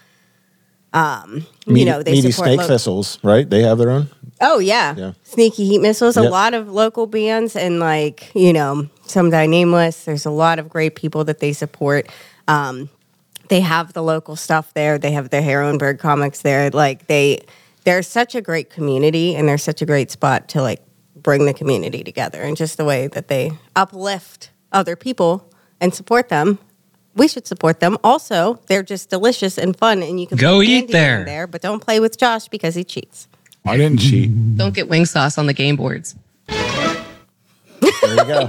[SPEAKER 2] um,
[SPEAKER 4] Meaty,
[SPEAKER 2] you know, they
[SPEAKER 4] meaty
[SPEAKER 2] support
[SPEAKER 4] snake
[SPEAKER 2] lo-
[SPEAKER 4] thistles, right? They have their own.
[SPEAKER 2] Oh yeah.
[SPEAKER 4] Yeah.
[SPEAKER 2] Sneaky Heat Missiles, a
[SPEAKER 4] Yep.
[SPEAKER 2] lot of local bands and like, you know, some die nameless. There's a lot of great people that they support. Um, they have the local stuff there. They have the Heronberg comics there. Like they they're such a great community and they're such a great spot to like bring the community together and just the way that they uplift other people and support them. We should support them. Also, they're just delicious and fun, and you can
[SPEAKER 5] Go
[SPEAKER 2] put
[SPEAKER 5] eat
[SPEAKER 2] candy in
[SPEAKER 5] there.
[SPEAKER 2] there. But don't play with Josh because he cheats.
[SPEAKER 3] I didn't cheat.
[SPEAKER 6] Don't get wing sauce on the game boards.
[SPEAKER 4] There you go.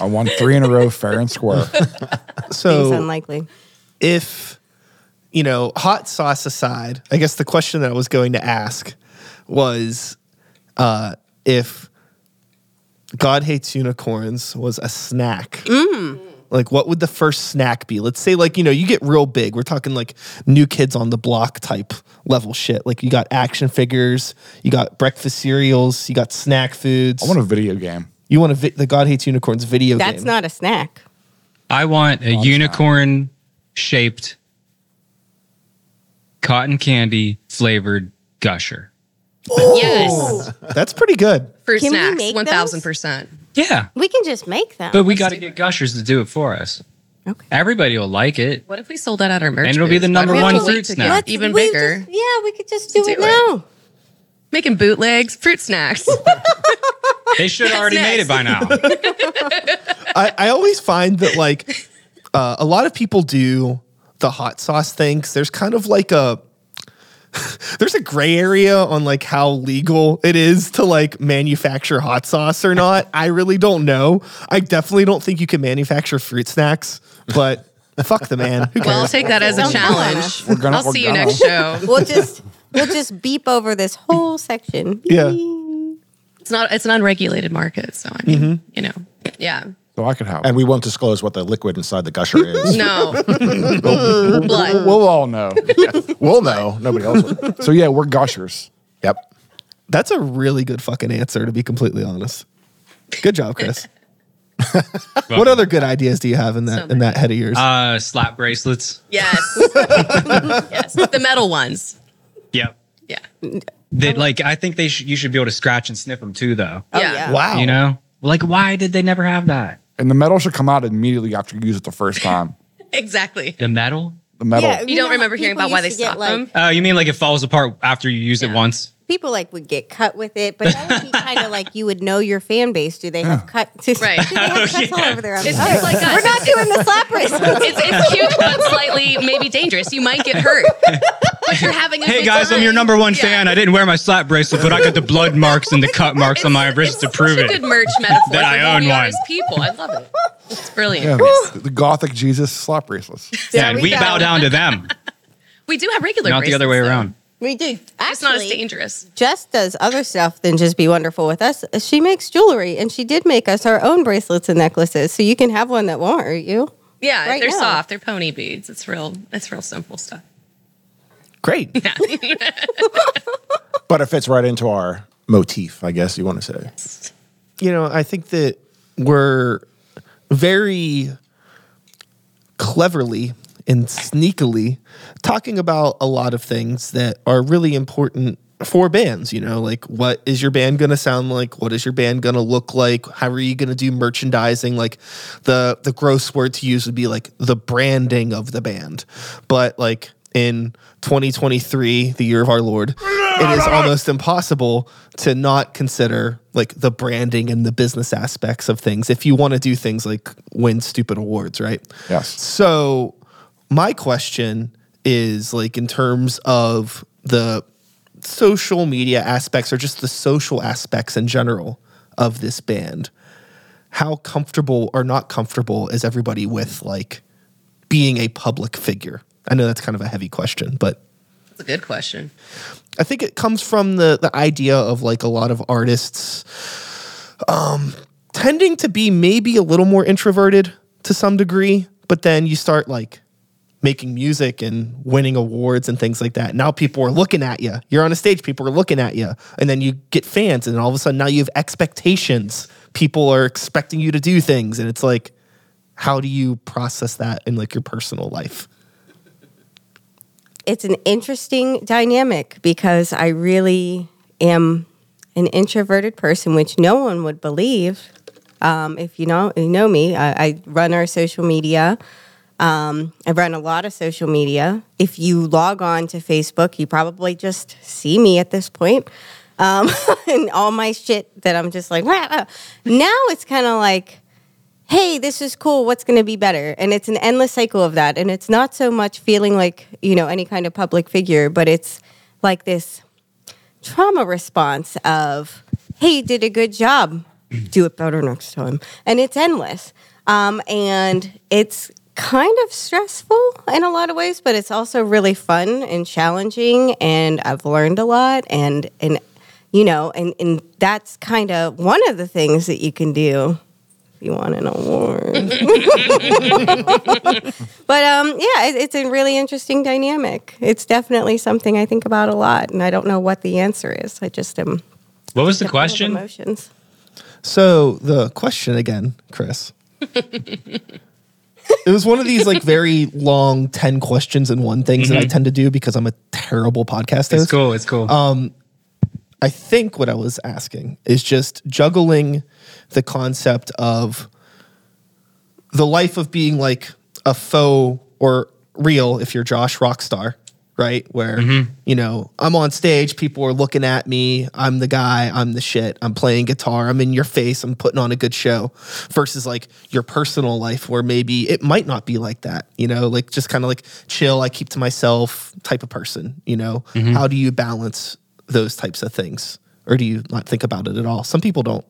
[SPEAKER 3] I won three in a row, fair and square.
[SPEAKER 2] Seems
[SPEAKER 1] So
[SPEAKER 2] unlikely.
[SPEAKER 1] if you know hot sauce aside i guess the question that i was going to ask was uh, if god hates unicorns was a snack like what would the first snack be let's say like you know you get real big we're talking like new kids on the block type level shit like you got action figures you got breakfast cereals you got snack foods
[SPEAKER 3] I won a video game.
[SPEAKER 1] you want a vi- the god hates unicorns video
[SPEAKER 2] That's
[SPEAKER 1] game
[SPEAKER 2] not a snack.
[SPEAKER 5] I want a unicorn shaped cotton candy flavored gusher.
[SPEAKER 6] Yes.
[SPEAKER 1] that's pretty good
[SPEAKER 6] For
[SPEAKER 2] Can we
[SPEAKER 6] snacks,
[SPEAKER 2] make
[SPEAKER 6] 1000%.
[SPEAKER 5] Yeah.
[SPEAKER 2] We can just make them.
[SPEAKER 5] But we got to get gushers to do it for us.
[SPEAKER 2] Okay.
[SPEAKER 5] Everybody will like it.
[SPEAKER 6] What if we sold that at our merch?
[SPEAKER 5] And it'll be
[SPEAKER 6] booth?
[SPEAKER 5] the
[SPEAKER 6] Why do
[SPEAKER 5] number
[SPEAKER 6] we have
[SPEAKER 5] one
[SPEAKER 6] to wait
[SPEAKER 5] fruit
[SPEAKER 6] to
[SPEAKER 5] snack.
[SPEAKER 6] get
[SPEAKER 5] Let's-
[SPEAKER 6] Even
[SPEAKER 2] we
[SPEAKER 6] bigger.
[SPEAKER 2] just- yeah, we could just do,
[SPEAKER 6] Do
[SPEAKER 2] it,
[SPEAKER 6] it.
[SPEAKER 2] now.
[SPEAKER 6] Making bootlegs,
[SPEAKER 3] (laughs)
[SPEAKER 6] fruit snacks.
[SPEAKER 5] They should have already made it by now.
[SPEAKER 1] I, I always find that like (laughs) uh, a lot of people do the hot sauce thing 'cause there's kind of like a (laughs) there's a gray area on like how legal it is to like manufacture hot sauce or not. I really don't know. I definitely don't think you can manufacture fruit snacks, but (laughs) fuck the man. Who
[SPEAKER 6] well, I'll
[SPEAKER 1] cares?
[SPEAKER 6] take that as a
[SPEAKER 2] Don't tell us.
[SPEAKER 6] challenge.
[SPEAKER 3] We're gonna-
[SPEAKER 6] I'll
[SPEAKER 3] we're
[SPEAKER 6] see you
[SPEAKER 3] gonna.
[SPEAKER 6] next show.
[SPEAKER 2] (laughs) We'll just we'll just beep over this whole section.
[SPEAKER 1] Yeah.
[SPEAKER 6] It's not. It's an unregulated market, so I mean,
[SPEAKER 5] Mm-hmm.
[SPEAKER 6] you know, yeah.
[SPEAKER 3] So I could have.
[SPEAKER 4] And we won't disclose what the liquid inside
[SPEAKER 2] (laughs)
[SPEAKER 4] the gusher
[SPEAKER 3] (laughs)
[SPEAKER 4] is.
[SPEAKER 6] No blood.
[SPEAKER 3] We'll all know. (laughs)
[SPEAKER 4] We'll know. Nobody else will.
[SPEAKER 3] So yeah, we're gushers.
[SPEAKER 4] Yep.
[SPEAKER 1] That's a really good fucking answer to be completely honest. Good job, Chris. (laughs) what other good ideas do you have in that in that head of yours?
[SPEAKER 5] Uh, slap bracelets.
[SPEAKER 3] (laughs)
[SPEAKER 6] Yes. yes. The metal ones.
[SPEAKER 5] Yep.
[SPEAKER 6] Yeah.
[SPEAKER 5] That like I think they sh- you should be able to scratch and sniff them too though.
[SPEAKER 2] Oh,
[SPEAKER 6] Yeah.
[SPEAKER 2] yeah.
[SPEAKER 1] wow.
[SPEAKER 5] You know, like why did they never have that?
[SPEAKER 3] And the metal should come out immediately after you use it the first time.
[SPEAKER 6] Exactly.
[SPEAKER 5] The metal?
[SPEAKER 3] The metal.
[SPEAKER 6] You don't remember hearing
[SPEAKER 2] people
[SPEAKER 6] about why they
[SPEAKER 2] used to get,
[SPEAKER 5] Uh,
[SPEAKER 6] stopped them?
[SPEAKER 5] Oh, you mean like it falls apart after you use it
[SPEAKER 6] Yeah.
[SPEAKER 5] once?
[SPEAKER 2] people like would get cut with it, but that
[SPEAKER 6] (laughs)
[SPEAKER 2] would be kind of like you would know your fan base. Do they have cut?
[SPEAKER 6] Right.
[SPEAKER 2] Do they have cuts all over
[SPEAKER 6] (laughs)
[SPEAKER 2] their arms?
[SPEAKER 6] It's just like us.
[SPEAKER 2] We're not doing the slap race.
[SPEAKER 6] (laughs) It's, it's cute, but slightly maybe dangerous. You might get hurt. But you're having a
[SPEAKER 5] Hey
[SPEAKER 6] good
[SPEAKER 5] guys, I'm your
[SPEAKER 6] time.
[SPEAKER 5] number one
[SPEAKER 6] Yeah.
[SPEAKER 5] fan. I didn't wear my slap bracelet, but I got the blood marks and the cut marks on my wrist to
[SPEAKER 6] It's
[SPEAKER 5] prove
[SPEAKER 6] such a good
[SPEAKER 5] it.
[SPEAKER 6] merch (laughs) metaphor
[SPEAKER 5] (laughs) That
[SPEAKER 6] for
[SPEAKER 5] I
[SPEAKER 6] who
[SPEAKER 5] own
[SPEAKER 6] we are
[SPEAKER 5] one.
[SPEAKER 6] as people. I love it. It's brilliant.
[SPEAKER 3] Yeah, the, the gothic Jesus slap bracelets.
[SPEAKER 5] Yeah, and
[SPEAKER 2] we
[SPEAKER 5] we
[SPEAKER 2] go.
[SPEAKER 5] bow down to
[SPEAKER 6] (laughs)
[SPEAKER 5] them,
[SPEAKER 6] We do have regular.
[SPEAKER 5] not the other way
[SPEAKER 6] bracelets, though.
[SPEAKER 5] around.
[SPEAKER 2] We do.
[SPEAKER 6] It's not as
[SPEAKER 2] Actually,
[SPEAKER 6] dangerous.
[SPEAKER 2] Jess does other stuff than just be wonderful with us. She makes jewelry, and she did make us our own bracelets and necklaces. So you can have one that won't hurt you.
[SPEAKER 6] Yeah,
[SPEAKER 2] Right
[SPEAKER 6] they're
[SPEAKER 2] now.
[SPEAKER 6] soft. They're pony beads. It's real. It's real simple stuff.
[SPEAKER 1] Great.
[SPEAKER 4] But it fits right into our motif, I guess you want to say.
[SPEAKER 1] you know, I think that we're very cleverly and sneakily talking about a lot of things that are really important for bands, you know, like what is your band going to sound like? What is your band going to look like? How are you going to do merchandising? Like the the gross word to use would be like the branding of the band. But like in 2023, the year of our Lord, it is almost impossible to not consider like the branding and the business aspects of things if you want to do things like win stupid awards, right?
[SPEAKER 3] Yes.
[SPEAKER 1] So my question is like in terms of the social media aspects or just the social aspects in general of this band. How comfortable or not comfortable is everybody with like being a public figure? I know that's kind of a heavy question, but
[SPEAKER 6] It's a good question.
[SPEAKER 1] I think it comes from the the idea of like a lot of artists um tending to be maybe a little more introverted to some degree, but then you start like making music and winning awards and things like that. Now people are looking at you. You're on a stage, people are looking at you. And then you get fans and all of a sudden now you have expectations. People are expecting you to do things and it's like how do you process that in like your personal life?
[SPEAKER 2] it's an interesting dynamic because I really am an introverted person, which no one would believe. Um, if you know you know me, I, I run our social media. Um, I run a lot of social media. If you log on to Facebook, you probably just see me at this point. Um, (laughs) and all my shit that I'm just like, "Wah, wah." now it's kind of like, hey, this is cool. What's going to be better? And it's an endless cycle of that. And it's not so much feeling like, you know, any kind of public figure, but it's like this trauma response of, hey, you did a good job. Do it better next time. And it's endless. Um, and it's kind of stressful in a lot of ways, but it's also really fun and challenging. And I've learned a lot. And, and, you know, and, and that's kind of one of the things that you can do you want an award. but um, yeah, it, it's a really interesting dynamic. It's definitely something I think about a lot, and I don't know what the answer is. I just am.
[SPEAKER 5] What was the
[SPEAKER 2] full of
[SPEAKER 5] question?
[SPEAKER 2] Emotions.
[SPEAKER 1] So the question again, Chris.
[SPEAKER 5] (laughs)
[SPEAKER 1] it was one of these like very long 10 questions in one things that I tend to do because I'm a terrible podcaster.
[SPEAKER 5] Mm-hmm. It's cool. It's cool.
[SPEAKER 1] I think what I was asking is just juggling the concept of the life of being like a faux or real if you're Josh Rockstar, right? Where, you know, I'm on stage, people are looking at me, I'm the guy, I'm the shit, I'm playing guitar, I'm in your face, I'm putting on a good show versus like your personal life where maybe it might not be like that, you know, like just kind of like chill, I keep to myself type of person, you know? How do you balance those types of things? Or do you not think about it at all? Some people don't.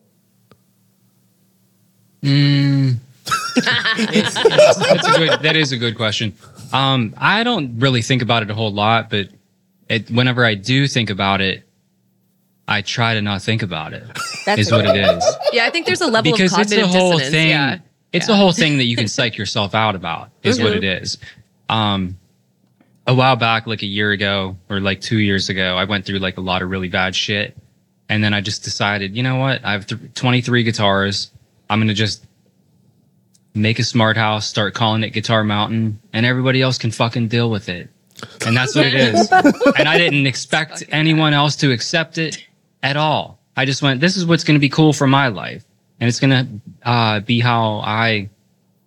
[SPEAKER 5] It's- it's- that's a good, that is a good question. Um, I don't really think about it a whole lot, but it, whenever I do think about it, I try to not think about it.
[SPEAKER 2] That's
[SPEAKER 5] is
[SPEAKER 2] a
[SPEAKER 5] what it is
[SPEAKER 6] Yeah, I think there's a level of
[SPEAKER 5] because it's
[SPEAKER 6] cognitive
[SPEAKER 5] a whole
[SPEAKER 6] dissonance.
[SPEAKER 5] thing.
[SPEAKER 6] Yeah.
[SPEAKER 5] It's
[SPEAKER 6] Yeah. Mm-hmm.
[SPEAKER 5] a whole thing that you
[SPEAKER 6] (laughs)
[SPEAKER 5] can psych yourself out about. Is what it is. Um, a while back, like a year ago or like two years ago, I went through like a lot of really bad shit, and then I just decided, you know what? I have th- 23 guitars. I'm gonna just make a smart house, start calling it Guitar Mountain, and everybody else can fucking deal with it. And that's what it is. and I didn't expect anyone else to accept it at all. I just went, this is what's going to be cool for my life. And it's going to uh, be how I,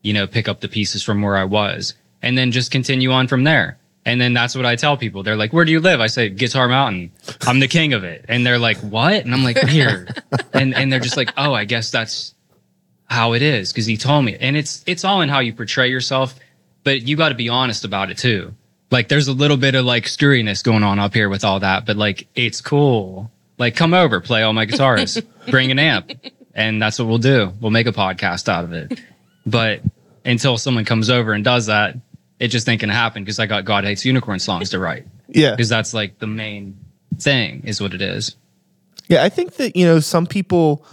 [SPEAKER 5] you know, pick up the pieces from where I was and then just continue on from there. And then that's what I tell people. They're like, "Where do you live?" I say, "Guitar Mountain. I'm the king of it." And they're like, "What?" And I'm like, "Here." and and they're just like, "Oh, I guess that's how it is because he told me." And it's it's all in how you portray yourself, but you got to be honest about it too. Like, there's a little bit of like screwiness going on up here with all that, but like, it's cool. Like, come over, play all my guitars, bring an amp, and that's what we'll do. We'll make a podcast out of it. But until someone comes over and does that, it just ain't gonna happen because I got God hates unicorn songs to write
[SPEAKER 1] Yeah.
[SPEAKER 5] because that's like the main thing is what it is.
[SPEAKER 1] Yeah, I think that you know some people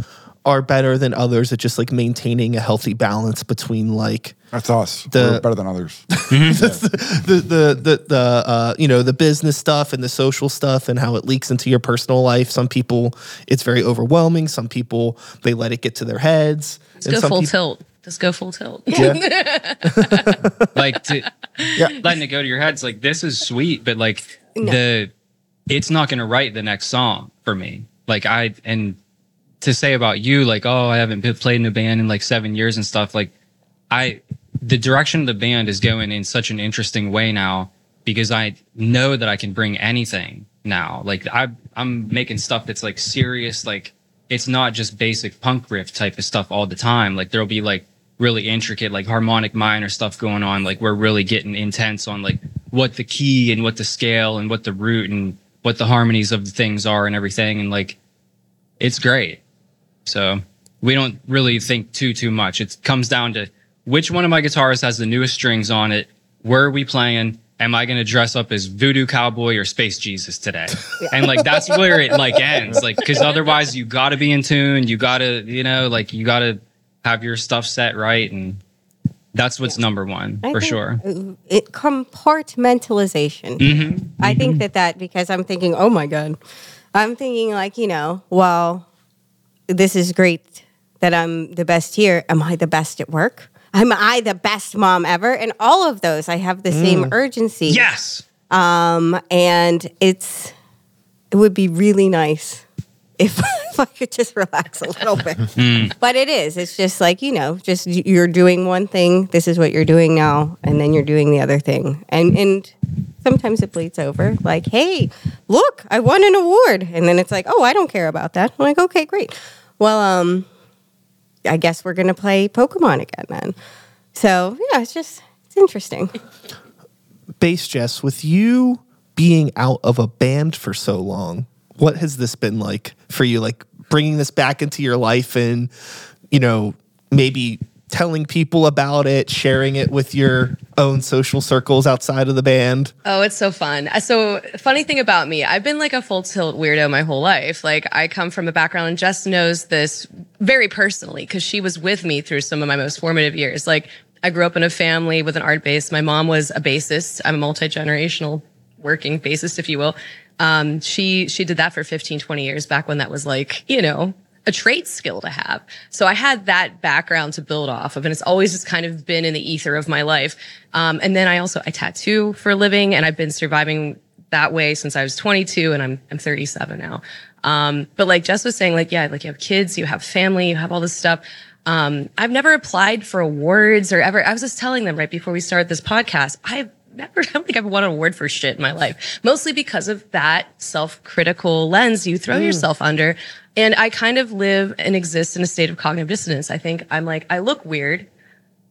[SPEAKER 1] are better than others at just like maintaining a healthy balance between like
[SPEAKER 3] That's us.
[SPEAKER 1] The-
[SPEAKER 3] We're better than others.
[SPEAKER 1] the the the, the uh, you know the business stuff and the social stuff and how it leaks into your personal life. Some people it's very overwhelming. Some people they let it get to their heads.
[SPEAKER 6] Just go
[SPEAKER 1] some
[SPEAKER 6] full
[SPEAKER 1] peop-
[SPEAKER 6] tilt. Just go full tilt.
[SPEAKER 1] Yeah.
[SPEAKER 5] Like to, letting it go to your heads like this is sweet, but like
[SPEAKER 2] No.
[SPEAKER 5] the it's not gonna write the next song for me. Like I and to say about you, like oh I haven't been played in a band in like seven years and stuff. Like I the direction of the band is going in such an interesting way now because I know that I can bring anything now. Like I I'm making stuff that's like serious, like it's not just basic punk riff type of stuff all the time. Like there'll be like really intricate like harmonic minor stuff going on. Like we're really getting intense on like what the key and what the scale and what the root and what the harmonies of the things are and everything. And like it's great. So we don't really think too too much. It comes down to which one of my guitars has the newest strings on it. Where are we playing? Am I going to dress up as Voodoo Cowboy or Space Jesus today? And like that's where it
[SPEAKER 2] (laughs)
[SPEAKER 5] like ends, like because otherwise you got to be in tune. You got to you know like you got to have your stuff set right, and that's what's number one
[SPEAKER 2] I
[SPEAKER 5] for
[SPEAKER 2] think,
[SPEAKER 5] sure.
[SPEAKER 2] uh, It compartmentalization.
[SPEAKER 5] Mm-hmm.
[SPEAKER 2] I think that that because I'm thinking, oh my god, I'm thinking like you know, well, this is great that I'm the best here. Am I the best at work? Am I the best mom ever? And all of those, I have the same urgency.
[SPEAKER 5] Mm. Yes.
[SPEAKER 2] and it's it would be really nice if, (laughs) if I could just relax a little bit. But it is. It's just like you know, just y- you're doing one thing. This is what you're doing now, and then you're doing the other thing, and and sometimes it bleeds over. Like, hey, look, I won an award, and then it's like, oh, I don't care about that. I'm like, okay, great. Well, um, I guess we're gonna play Pokemon again then. So yeah, it's just it's interesting.
[SPEAKER 1] Bass Jess, with you being out of a band for so long, what has this been like for you? Like bringing this back into your life and, you know, maybe telling people about it, sharing it with your own social circles outside of the band.
[SPEAKER 6] Oh, it's so fun. Uh, So, funny thing about me, I've been like a full tilt weirdo my whole life. Like, I come from a background, and Jess knows this very personally because she was with me through some of my most formative years. Like, I grew up in a family with an art base. My mom was a bassist. I'm a multi generational working bassist, if you will. Um, she, she did that for 15, 20 years back when that was like, you know, a trade skill to have. So I had that background to build off of, and it's always just kind of been in the ether of my life. Um, and then I also I tattoo for a living, and I've been surviving that way since I was 22, and I'm I'm 37 now. Um, but like Jess was saying, like yeah, like you have kids, you have family, you have all this stuff. Um, I've never applied for awards or ever. I was just telling them right before we started this podcast. I've never, (laughs) I don't think I've won an award for shit in my life, mostly because of that self critical lens you throw yourself under. And I kind of live and exist in a state of cognitive dissonance. I think I'm like, I look weird.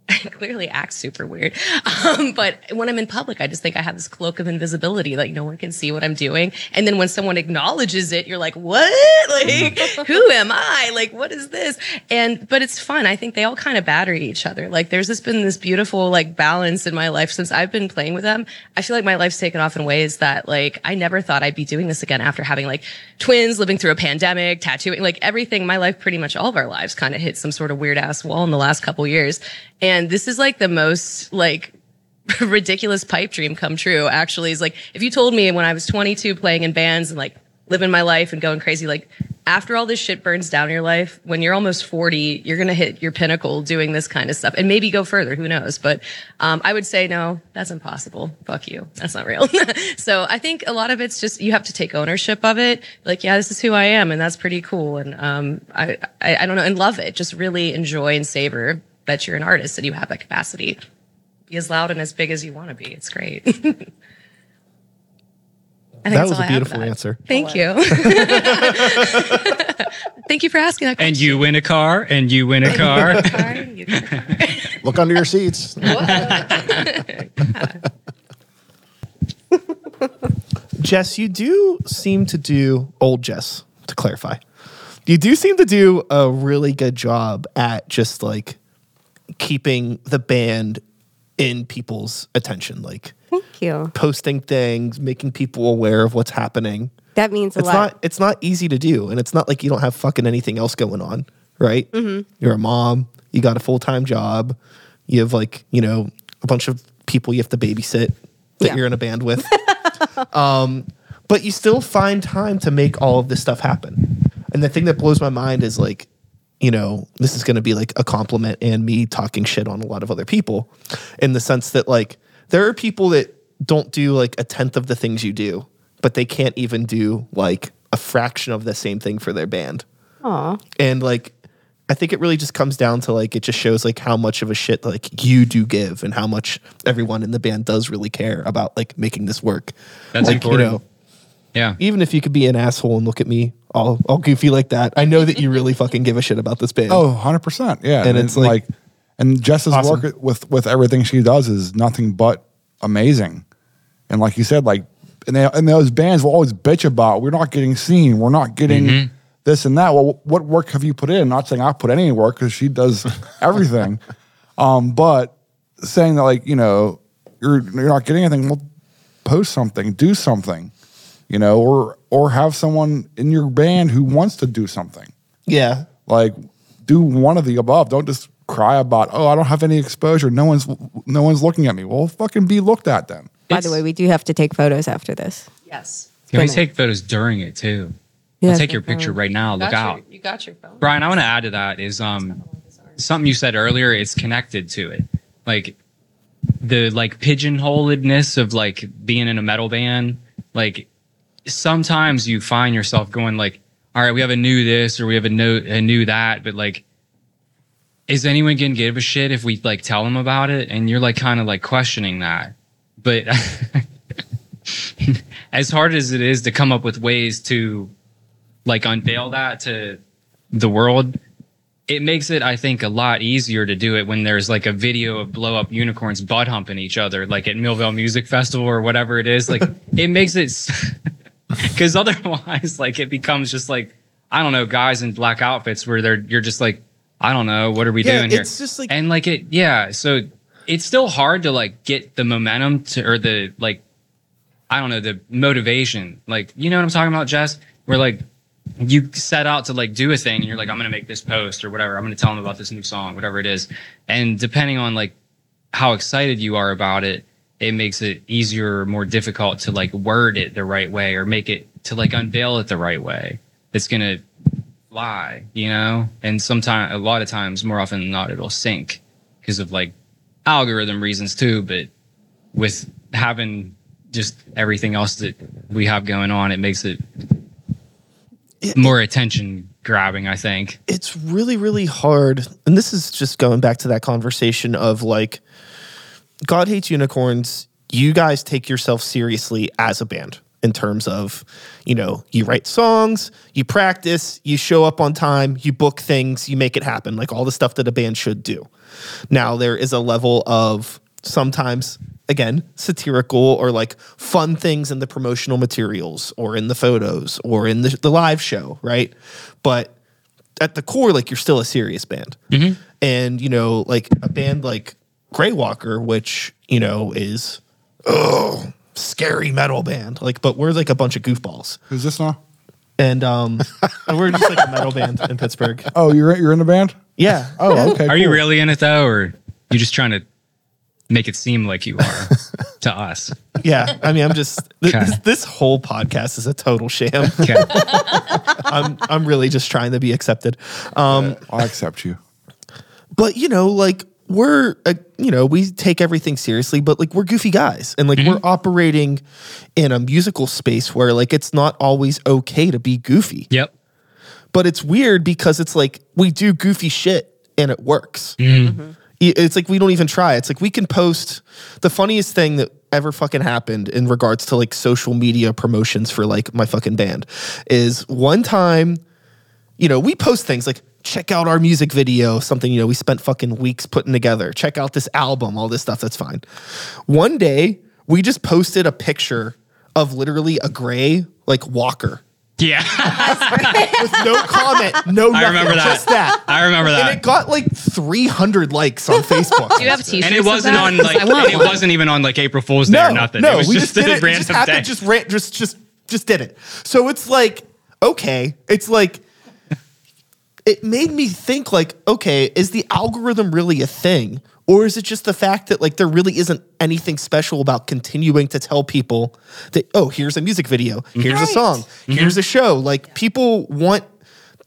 [SPEAKER 6] (laughs) I clearly act super weird. Um, but when I'm in public, I just think I have this cloak of invisibility. Like no one can see what I'm doing. And then when someone acknowledges it, you're like, what? (laughs) Like, who am I? Like, what is this? And, but it's fun. I think they all kind of batter each other. Like there's just been this beautiful like balance in my life since I've been playing with them. I feel like my life's taken off in ways that like I never thought I'd be doing this again after having like twins, living through a pandemic, tattooing, like everything. My life, pretty much all of our lives kind of hit some sort of weird ass wall in the last couple years. And this is like the most like (laughs) ridiculous pipe dream come true actually is like if you told me when i was 22 playing in bands and like living my life and going crazy like after all this shit burns down your life when you're almost 40 you're gonna hit your pinnacle doing this kind of stuff and maybe go further who knows but um, i would say no that's impossible fuck you that's not real (laughs) so i think a lot of it's just you have to take ownership of it like yeah this is who i am and that's pretty cool and um, I, I i don't know and love it just really enjoy and savor that you're an artist and you have that capacity be as loud and as big as you want to be. It's great. (laughs) I think
[SPEAKER 1] That
[SPEAKER 6] that's
[SPEAKER 1] was a
[SPEAKER 6] all I have for
[SPEAKER 1] beautiful
[SPEAKER 6] that.
[SPEAKER 1] answer.
[SPEAKER 6] Thank you. (laughs) Thank you for asking that
[SPEAKER 5] And
[SPEAKER 6] question.
[SPEAKER 5] you win a car, and you win a car.
[SPEAKER 2] (laughs)
[SPEAKER 6] (laughs) Sorry, you-
[SPEAKER 5] (laughs)
[SPEAKER 4] Look under your seats.
[SPEAKER 1] Jess, you do seem to do old Jess, to clarify. You do seem to do a really good job at just like keeping the band in people's attention, like
[SPEAKER 2] Thank you.
[SPEAKER 1] posting things, making people aware of what's happening.
[SPEAKER 2] That means a
[SPEAKER 1] It's
[SPEAKER 2] lot.
[SPEAKER 1] not it's not easy to do, and it's not like you don't have fucking anything else going on, right?
[SPEAKER 2] Mm-hmm.
[SPEAKER 1] You're a mom, you got a full time job, you have like you know a bunch of people you have to babysit that
[SPEAKER 2] Yeah.
[SPEAKER 1] you're in a band with, um, but you still find time to make all of this stuff happen. And the thing that blows my mind is like, you know, this is going to be like a compliment and me talking shit on a lot of other people, in the sense that like there are people that don't do like a tenth of the things you do, but they can't even do like a fraction of the same thing for their band
[SPEAKER 2] Aw.
[SPEAKER 1] and like i think it really just comes down to like it just shows like how much of a shit like you do give and how much everyone in the band does really care about like making this work
[SPEAKER 5] That's
[SPEAKER 1] like,
[SPEAKER 5] important.
[SPEAKER 1] you know
[SPEAKER 5] yeah.
[SPEAKER 1] even if you could be an asshole and look at me all all goofy like that i know that you really fucking give a shit about this band
[SPEAKER 3] Oh, 100%. Yeah.
[SPEAKER 1] And it's like-
[SPEAKER 3] and Jess's
[SPEAKER 1] Awesome.
[SPEAKER 3] work with, with everything she does is nothing but amazing. And like you said, like, and, they, and those bands will always bitch about, we're not getting seen. We're not getting this and that. Well, what work have you put in? Not saying I put any work because she does everything. um, but saying that like, you know, you're, you're not getting anything. Well, post something, do something, you know, or, or have someone in your band who wants to do something
[SPEAKER 1] yeah
[SPEAKER 3] like do one of the above don't just cry about oh i don't have any exposure no one's no one's looking at me well fucking be looked at then
[SPEAKER 2] By
[SPEAKER 5] It's-
[SPEAKER 2] the way, we do have to take photos after this.
[SPEAKER 6] yes.
[SPEAKER 5] Can we
[SPEAKER 2] Brilliant.
[SPEAKER 5] take photos during it too?
[SPEAKER 2] Yeah,
[SPEAKER 5] I'll take your
[SPEAKER 2] definitely.
[SPEAKER 5] picture right now. Look
[SPEAKER 6] Got your-
[SPEAKER 5] out.
[SPEAKER 6] you got your phone.
[SPEAKER 5] Brian, I want to add to that is um, something you said earlier. It's connected to it, like the like pigeonholedness of like being in a metal band. Like sometimes you find yourself going like, "All right, we have a new this or we have a no a new that," but like, is anyone gonna give a shit if we like tell them about it? And you're like kind of like questioning that, but. (laughs) as hard as it is to come up with ways to like unveil that to the world it makes it i think a lot easier to do it when there's like a video of blow up unicorns butt humping each other like at millville music festival or whatever
[SPEAKER 1] (laughs)
[SPEAKER 5] it is like it makes it (laughs) because otherwise like it becomes just like i don't know guys in black outfits where they're you're just like i don't know what are we
[SPEAKER 1] Yeah,
[SPEAKER 5] doing here
[SPEAKER 1] it's just like-
[SPEAKER 5] and like it yeah so it's still hard to like get the momentum to or the like I don't know, the motivation. Like, you know what I'm talking about, Jess? Where like you set out to like do a thing and you're like, I'm gonna make this post or whatever, I'm gonna tell them about this new song, whatever it is. And depending on like how excited you are about it, it makes it easier or more difficult to like word it the right way or make it to like unveil it the right way. It's gonna lie, you know? And sometimes a lot of times, more often than not, it'll sink because of like algorithm reasons too, but with having just everything else that we have going on, it makes it more attention grabbing, I think.
[SPEAKER 1] it's really really hard and this is just going back to that conversation of like god hates unicorns you guys take yourself seriously as a band in terms of you know you write songs you practice you show up on time you book things you make it happen like all the stuff that a band should do now there is a level of sometimes again satirical or like fun things in the promotional materials or in the photos or in the, the live show right but at the core, like you're still a serious band. And, you know, like a band like Grey Walker, which, you know, is oh scary metal band. Like, but we're like a bunch of goofballs.
[SPEAKER 3] who's this now
[SPEAKER 1] And um and we're just like a metal band in Pittsburgh.
[SPEAKER 3] oh you're you're in the band
[SPEAKER 1] Yeah.
[SPEAKER 3] oh okay
[SPEAKER 5] Are you
[SPEAKER 3] cool.
[SPEAKER 5] really in it though, or you just trying to make it seem like you are to us?
[SPEAKER 1] Yeah. I mean, I'm just th-
[SPEAKER 5] Okay.
[SPEAKER 1] this, this whole podcast is a total sham. (laughs)
[SPEAKER 5] Okay.
[SPEAKER 1] I'm I'm really just trying to be accepted. Um
[SPEAKER 3] i'll accept
[SPEAKER 6] (laughs)
[SPEAKER 3] you
[SPEAKER 1] but you know like we're uh, you know we take everything seriously but like we're goofy guys and like we're operating in a musical space where like it's not always okay to be goofy
[SPEAKER 5] yep.
[SPEAKER 1] but it's weird because it's like we do goofy shit and it works I- it's like we don't even try it's like we can post the funniest thing that ever fucking happened in regards to like social media promotions for like my fucking band is one time, you know, we post things like check out our music video, something you know we spent fucking weeks putting together. Check out this album, all this stuff. That's fine. One day we just posted a picture of literally a gray like walker
[SPEAKER 5] Yeah, (laughs)
[SPEAKER 1] with no comment, no nothing,
[SPEAKER 5] I remember that.
[SPEAKER 1] just that.
[SPEAKER 5] I remember
[SPEAKER 1] And it
[SPEAKER 5] that.
[SPEAKER 1] got like 300 likes
[SPEAKER 6] (laughs)
[SPEAKER 1] on Facebook.
[SPEAKER 6] Do you have t-shirts?
[SPEAKER 5] And it
[SPEAKER 6] of
[SPEAKER 5] wasn't
[SPEAKER 6] that?
[SPEAKER 5] on
[SPEAKER 6] (laughs) 'Cause
[SPEAKER 5] like
[SPEAKER 6] I want
[SPEAKER 5] and it
[SPEAKER 6] one.
[SPEAKER 5] wasn't even on like April Fool's Day or nothing.
[SPEAKER 1] No,
[SPEAKER 5] it was
[SPEAKER 1] we
[SPEAKER 5] just,
[SPEAKER 1] just, did
[SPEAKER 5] a
[SPEAKER 1] it.
[SPEAKER 5] random
[SPEAKER 1] it just happened.
[SPEAKER 5] day.
[SPEAKER 1] Just ran. Just just just did it. So it's like okay. It's like it made me think like okay, is the algorithm really a thing, or is it just the fact that like there really isn't anything special about continuing to tell people that oh here's a music video, here's a song,
[SPEAKER 5] Mm-hmm.
[SPEAKER 1] here's a show. Like people want.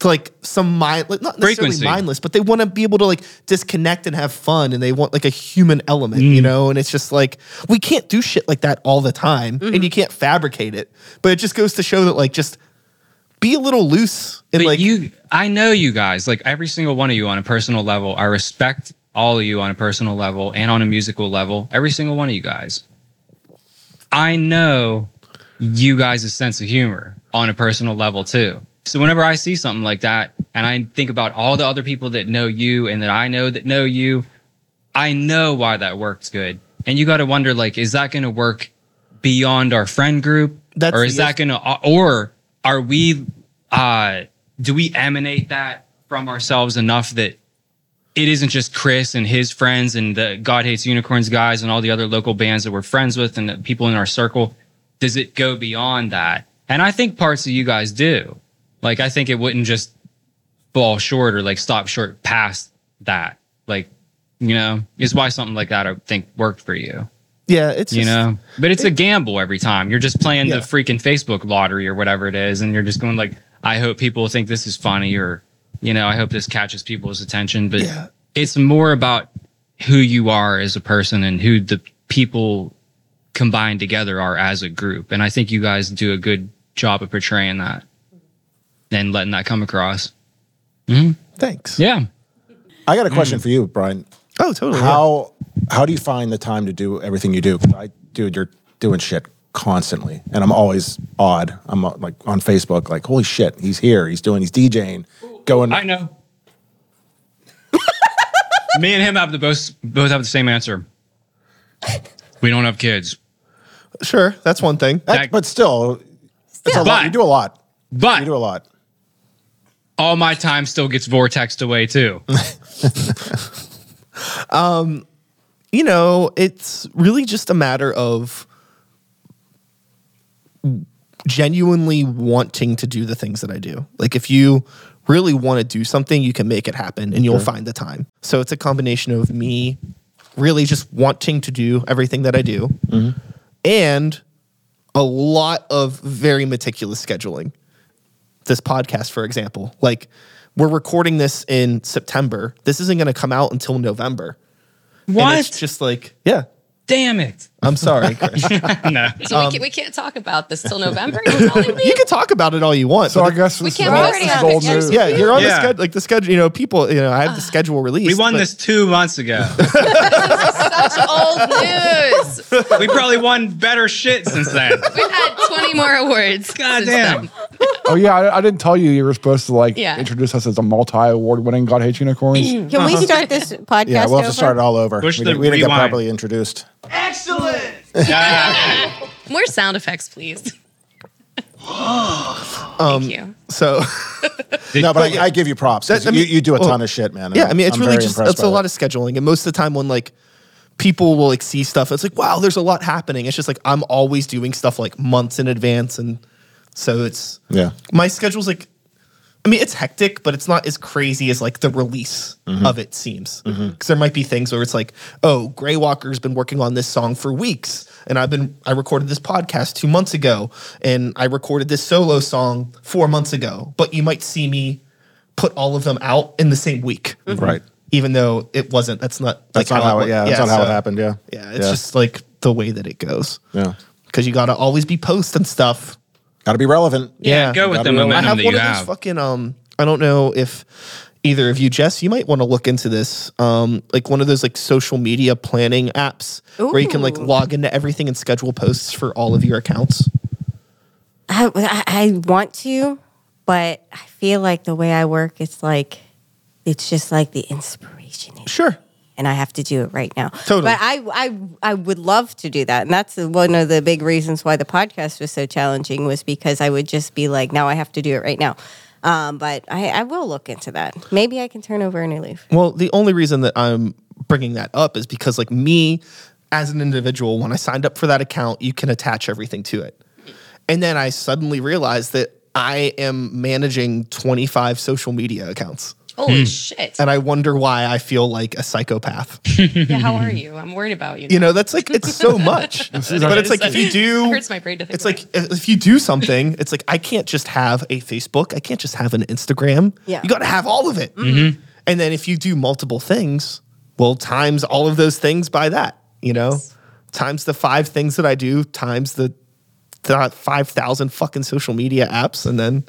[SPEAKER 1] To like some mind, like, not necessarily
[SPEAKER 5] Frequency.
[SPEAKER 1] mindless, but they want to be able to like disconnect and have fun, and they want like a human element,
[SPEAKER 5] Mm.
[SPEAKER 1] you know. And it's just like we can't do shit like that all the time, and you can't fabricate it. But it just goes to show that like just be a little loose and
[SPEAKER 5] but
[SPEAKER 1] like
[SPEAKER 5] you i know you guys like every single one of you on a personal level i respect all of you on a personal level and on a musical level every single one of you guys i know you guys' sense of humor on a personal level too so whenever i see something like that and i think about all the other people that know you and that i know that know you i know why that works good and you got to wonder like is that going to work beyond our friend group
[SPEAKER 1] That's
[SPEAKER 5] or is
[SPEAKER 1] the-
[SPEAKER 5] that going to or are we uh do we emanate that from ourselves enough that it isn't just Chris and his friends and the God Hates Unicorns guys and all the other local bands that we're friends with and the people in our circle. Does it go beyond that? And I think parts of you guys do. Like, I think it wouldn't just fall short or like stop short past that. Like, you know, is why something like that I think worked for you,
[SPEAKER 1] yeah, it's
[SPEAKER 5] you
[SPEAKER 1] just,
[SPEAKER 5] know? But it's a gamble every time. You're just playing
[SPEAKER 1] Yeah.
[SPEAKER 5] the freaking Facebook lottery or whatever it is. And you're just going, like, I hope people think this is funny or, you know, I hope this catches people's attention. But
[SPEAKER 1] Yeah.
[SPEAKER 5] it's more about who you are as a person and who the people combined together are as a group. And I think you guys do a good job of portraying that and letting that come across.
[SPEAKER 1] thanks.
[SPEAKER 5] Yeah.
[SPEAKER 4] I got a
[SPEAKER 5] Mm.
[SPEAKER 4] question for you, Brian.
[SPEAKER 1] Oh, totally. yeah.
[SPEAKER 4] How how do you find the time to do everything you do? 'Cause I, dude, you're doing shit constantly, and I'm always odd. I'm uh, like on Facebook, like, holy shit, he's here, he's doing, he's DJing, going.
[SPEAKER 5] I know. Me and him have the both both have the same answer. We don't have kids.
[SPEAKER 1] Sure, that's one thing.
[SPEAKER 4] That-
[SPEAKER 5] Like-
[SPEAKER 4] but still, it's a lot.
[SPEAKER 5] But-
[SPEAKER 4] You do a lot.
[SPEAKER 5] But
[SPEAKER 4] You do a lot.
[SPEAKER 5] all my time still gets vortexed away too.
[SPEAKER 1] you know, it's really just a matter of genuinely wanting to do the things that I do. Like if you really want to do something, you can make it happen and you'll find the time. So it's a combination of me really just wanting to do everything that I do and a lot of very meticulous scheduling this podcast, for example. Like, we're recording this in September. This isn't going to come out until November. And
[SPEAKER 5] What?
[SPEAKER 1] it's just like, yeah.
[SPEAKER 5] Damn it. (laughs)
[SPEAKER 1] I'm sorry, Chris.
[SPEAKER 5] no.
[SPEAKER 6] So we, can, we can't talk about
[SPEAKER 1] (laughs)
[SPEAKER 6] this till November. You're telling
[SPEAKER 1] Um,
[SPEAKER 6] me?
[SPEAKER 1] you can talk about it all you want.
[SPEAKER 3] So
[SPEAKER 1] but
[SPEAKER 3] I guess
[SPEAKER 6] We
[SPEAKER 3] this
[SPEAKER 6] can't
[SPEAKER 3] is all-
[SPEAKER 6] already
[SPEAKER 3] this is
[SPEAKER 6] have
[SPEAKER 3] old
[SPEAKER 6] pictures.
[SPEAKER 3] news.
[SPEAKER 1] the- yeah, you're on
[SPEAKER 5] Yeah.
[SPEAKER 1] the schedule. Like the schedule, you know, people, you know, I have
[SPEAKER 4] Ah.
[SPEAKER 1] the schedule released.
[SPEAKER 5] We won
[SPEAKER 1] but-
[SPEAKER 5] this two months ago.
[SPEAKER 6] Such old news.
[SPEAKER 5] we probably won better shit since then.
[SPEAKER 6] We've had 20 more awards.
[SPEAKER 5] God
[SPEAKER 6] since
[SPEAKER 5] damn.
[SPEAKER 6] then.
[SPEAKER 3] Oh yeah, I, I didn't tell you you were supposed to like
[SPEAKER 6] Yeah.
[SPEAKER 3] introduce us as a multi-award winning God Hates
[SPEAKER 6] (clears throat)
[SPEAKER 3] Unicorns.
[SPEAKER 2] Can we start
[SPEAKER 5] (laughs)
[SPEAKER 2] this podcast?
[SPEAKER 4] Yeah, we'll have
[SPEAKER 2] over?
[SPEAKER 4] to start it all over.
[SPEAKER 5] Push
[SPEAKER 4] we
[SPEAKER 5] the
[SPEAKER 4] didn't, we didn't get
[SPEAKER 5] rewind.
[SPEAKER 4] properly introduced.
[SPEAKER 6] More sound
[SPEAKER 1] (gasps)
[SPEAKER 6] effects, please.
[SPEAKER 1] Um,
[SPEAKER 6] Thank you.
[SPEAKER 1] So, (laughs)
[SPEAKER 4] no, but I, I give you props. 'cause
[SPEAKER 1] That- I mean-
[SPEAKER 4] you, you do a ton
[SPEAKER 1] well,
[SPEAKER 4] of shit, man.
[SPEAKER 1] yeah, I mean, it's
[SPEAKER 4] I'm
[SPEAKER 1] really
[SPEAKER 4] very
[SPEAKER 1] just,
[SPEAKER 4] impressed
[SPEAKER 1] it's
[SPEAKER 4] by
[SPEAKER 1] a lot
[SPEAKER 4] that.
[SPEAKER 1] of scheduling. And most of the time when like people will like see stuff, it's like, wow, there's a lot happening. It's just like, I'm always doing stuff like months in advance. And so it's,
[SPEAKER 4] Yeah.
[SPEAKER 1] my schedule's like I mean, it's hectic, but it's not as crazy as like the release
[SPEAKER 4] Mm-hmm.
[SPEAKER 1] of it seems. Because there might be things where it's like, oh, Grey Walker's been working on this song for weeks, and I've been I recorded this podcast two months ago, and I recorded this solo song four months ago. But you might see me put all of them out in the same week,
[SPEAKER 4] Right.
[SPEAKER 1] even though it wasn't. That's not
[SPEAKER 4] That's
[SPEAKER 1] Mm-hmm. like
[SPEAKER 4] not how it.
[SPEAKER 1] went.
[SPEAKER 4] Yeah, that's not how it
[SPEAKER 1] so-
[SPEAKER 4] happened. Yeah.
[SPEAKER 1] Yeah, it's just like the way that it goes.
[SPEAKER 4] Yeah.
[SPEAKER 1] Because you got to always be posting stuff.
[SPEAKER 4] Got to be relevant.
[SPEAKER 5] Go with the
[SPEAKER 4] I
[SPEAKER 5] momentum
[SPEAKER 1] I have
[SPEAKER 5] that
[SPEAKER 1] one
[SPEAKER 5] you
[SPEAKER 1] of those
[SPEAKER 5] have.
[SPEAKER 1] fucking um. I don't know if either of you, Jess, you might want to look into this. Um, like one of those like social media planning apps where you can like
[SPEAKER 2] Ooh.
[SPEAKER 1] log into everything and schedule posts for all of your accounts.
[SPEAKER 2] I, I I want to, but I feel like the way I work, it's like, it's just like the inspiration. is-
[SPEAKER 1] Sure.
[SPEAKER 2] And I have to do it right now.
[SPEAKER 1] Totally.
[SPEAKER 2] But I, I, I would love to do that. And that's the- one of the big reasons why the podcast was so challenging was because I would just be like, now I have to do it right now. Um, but I, I will look into that. Maybe I can turn over a new leaf.
[SPEAKER 1] Well, the only reason that I'm bringing that up is because, like, me as an individual, when I signed up for that account, you can attach everything to it. And then I suddenly realized that I am managing 25 social media accounts.
[SPEAKER 6] Holy
[SPEAKER 5] Hmm.
[SPEAKER 6] shit.
[SPEAKER 1] And I wonder why I feel like a psychopath.
[SPEAKER 6] Yeah, how
[SPEAKER 3] (laughs)
[SPEAKER 6] are you? I'm worried about you.
[SPEAKER 1] You know, that's like, it's so much. but it's like, if you do.
[SPEAKER 6] hurts my brain to think
[SPEAKER 1] It's
[SPEAKER 6] about
[SPEAKER 1] like if you do something, it's like I can't just have a Facebook, I can't just have an Instagram.
[SPEAKER 2] Yeah.
[SPEAKER 1] You got to have all of it. Mm-hmm. And then if you do multiple things, well, times all of those things by that, you know, times the five things that I do, times the, th- 5,000 fucking social media apps. And then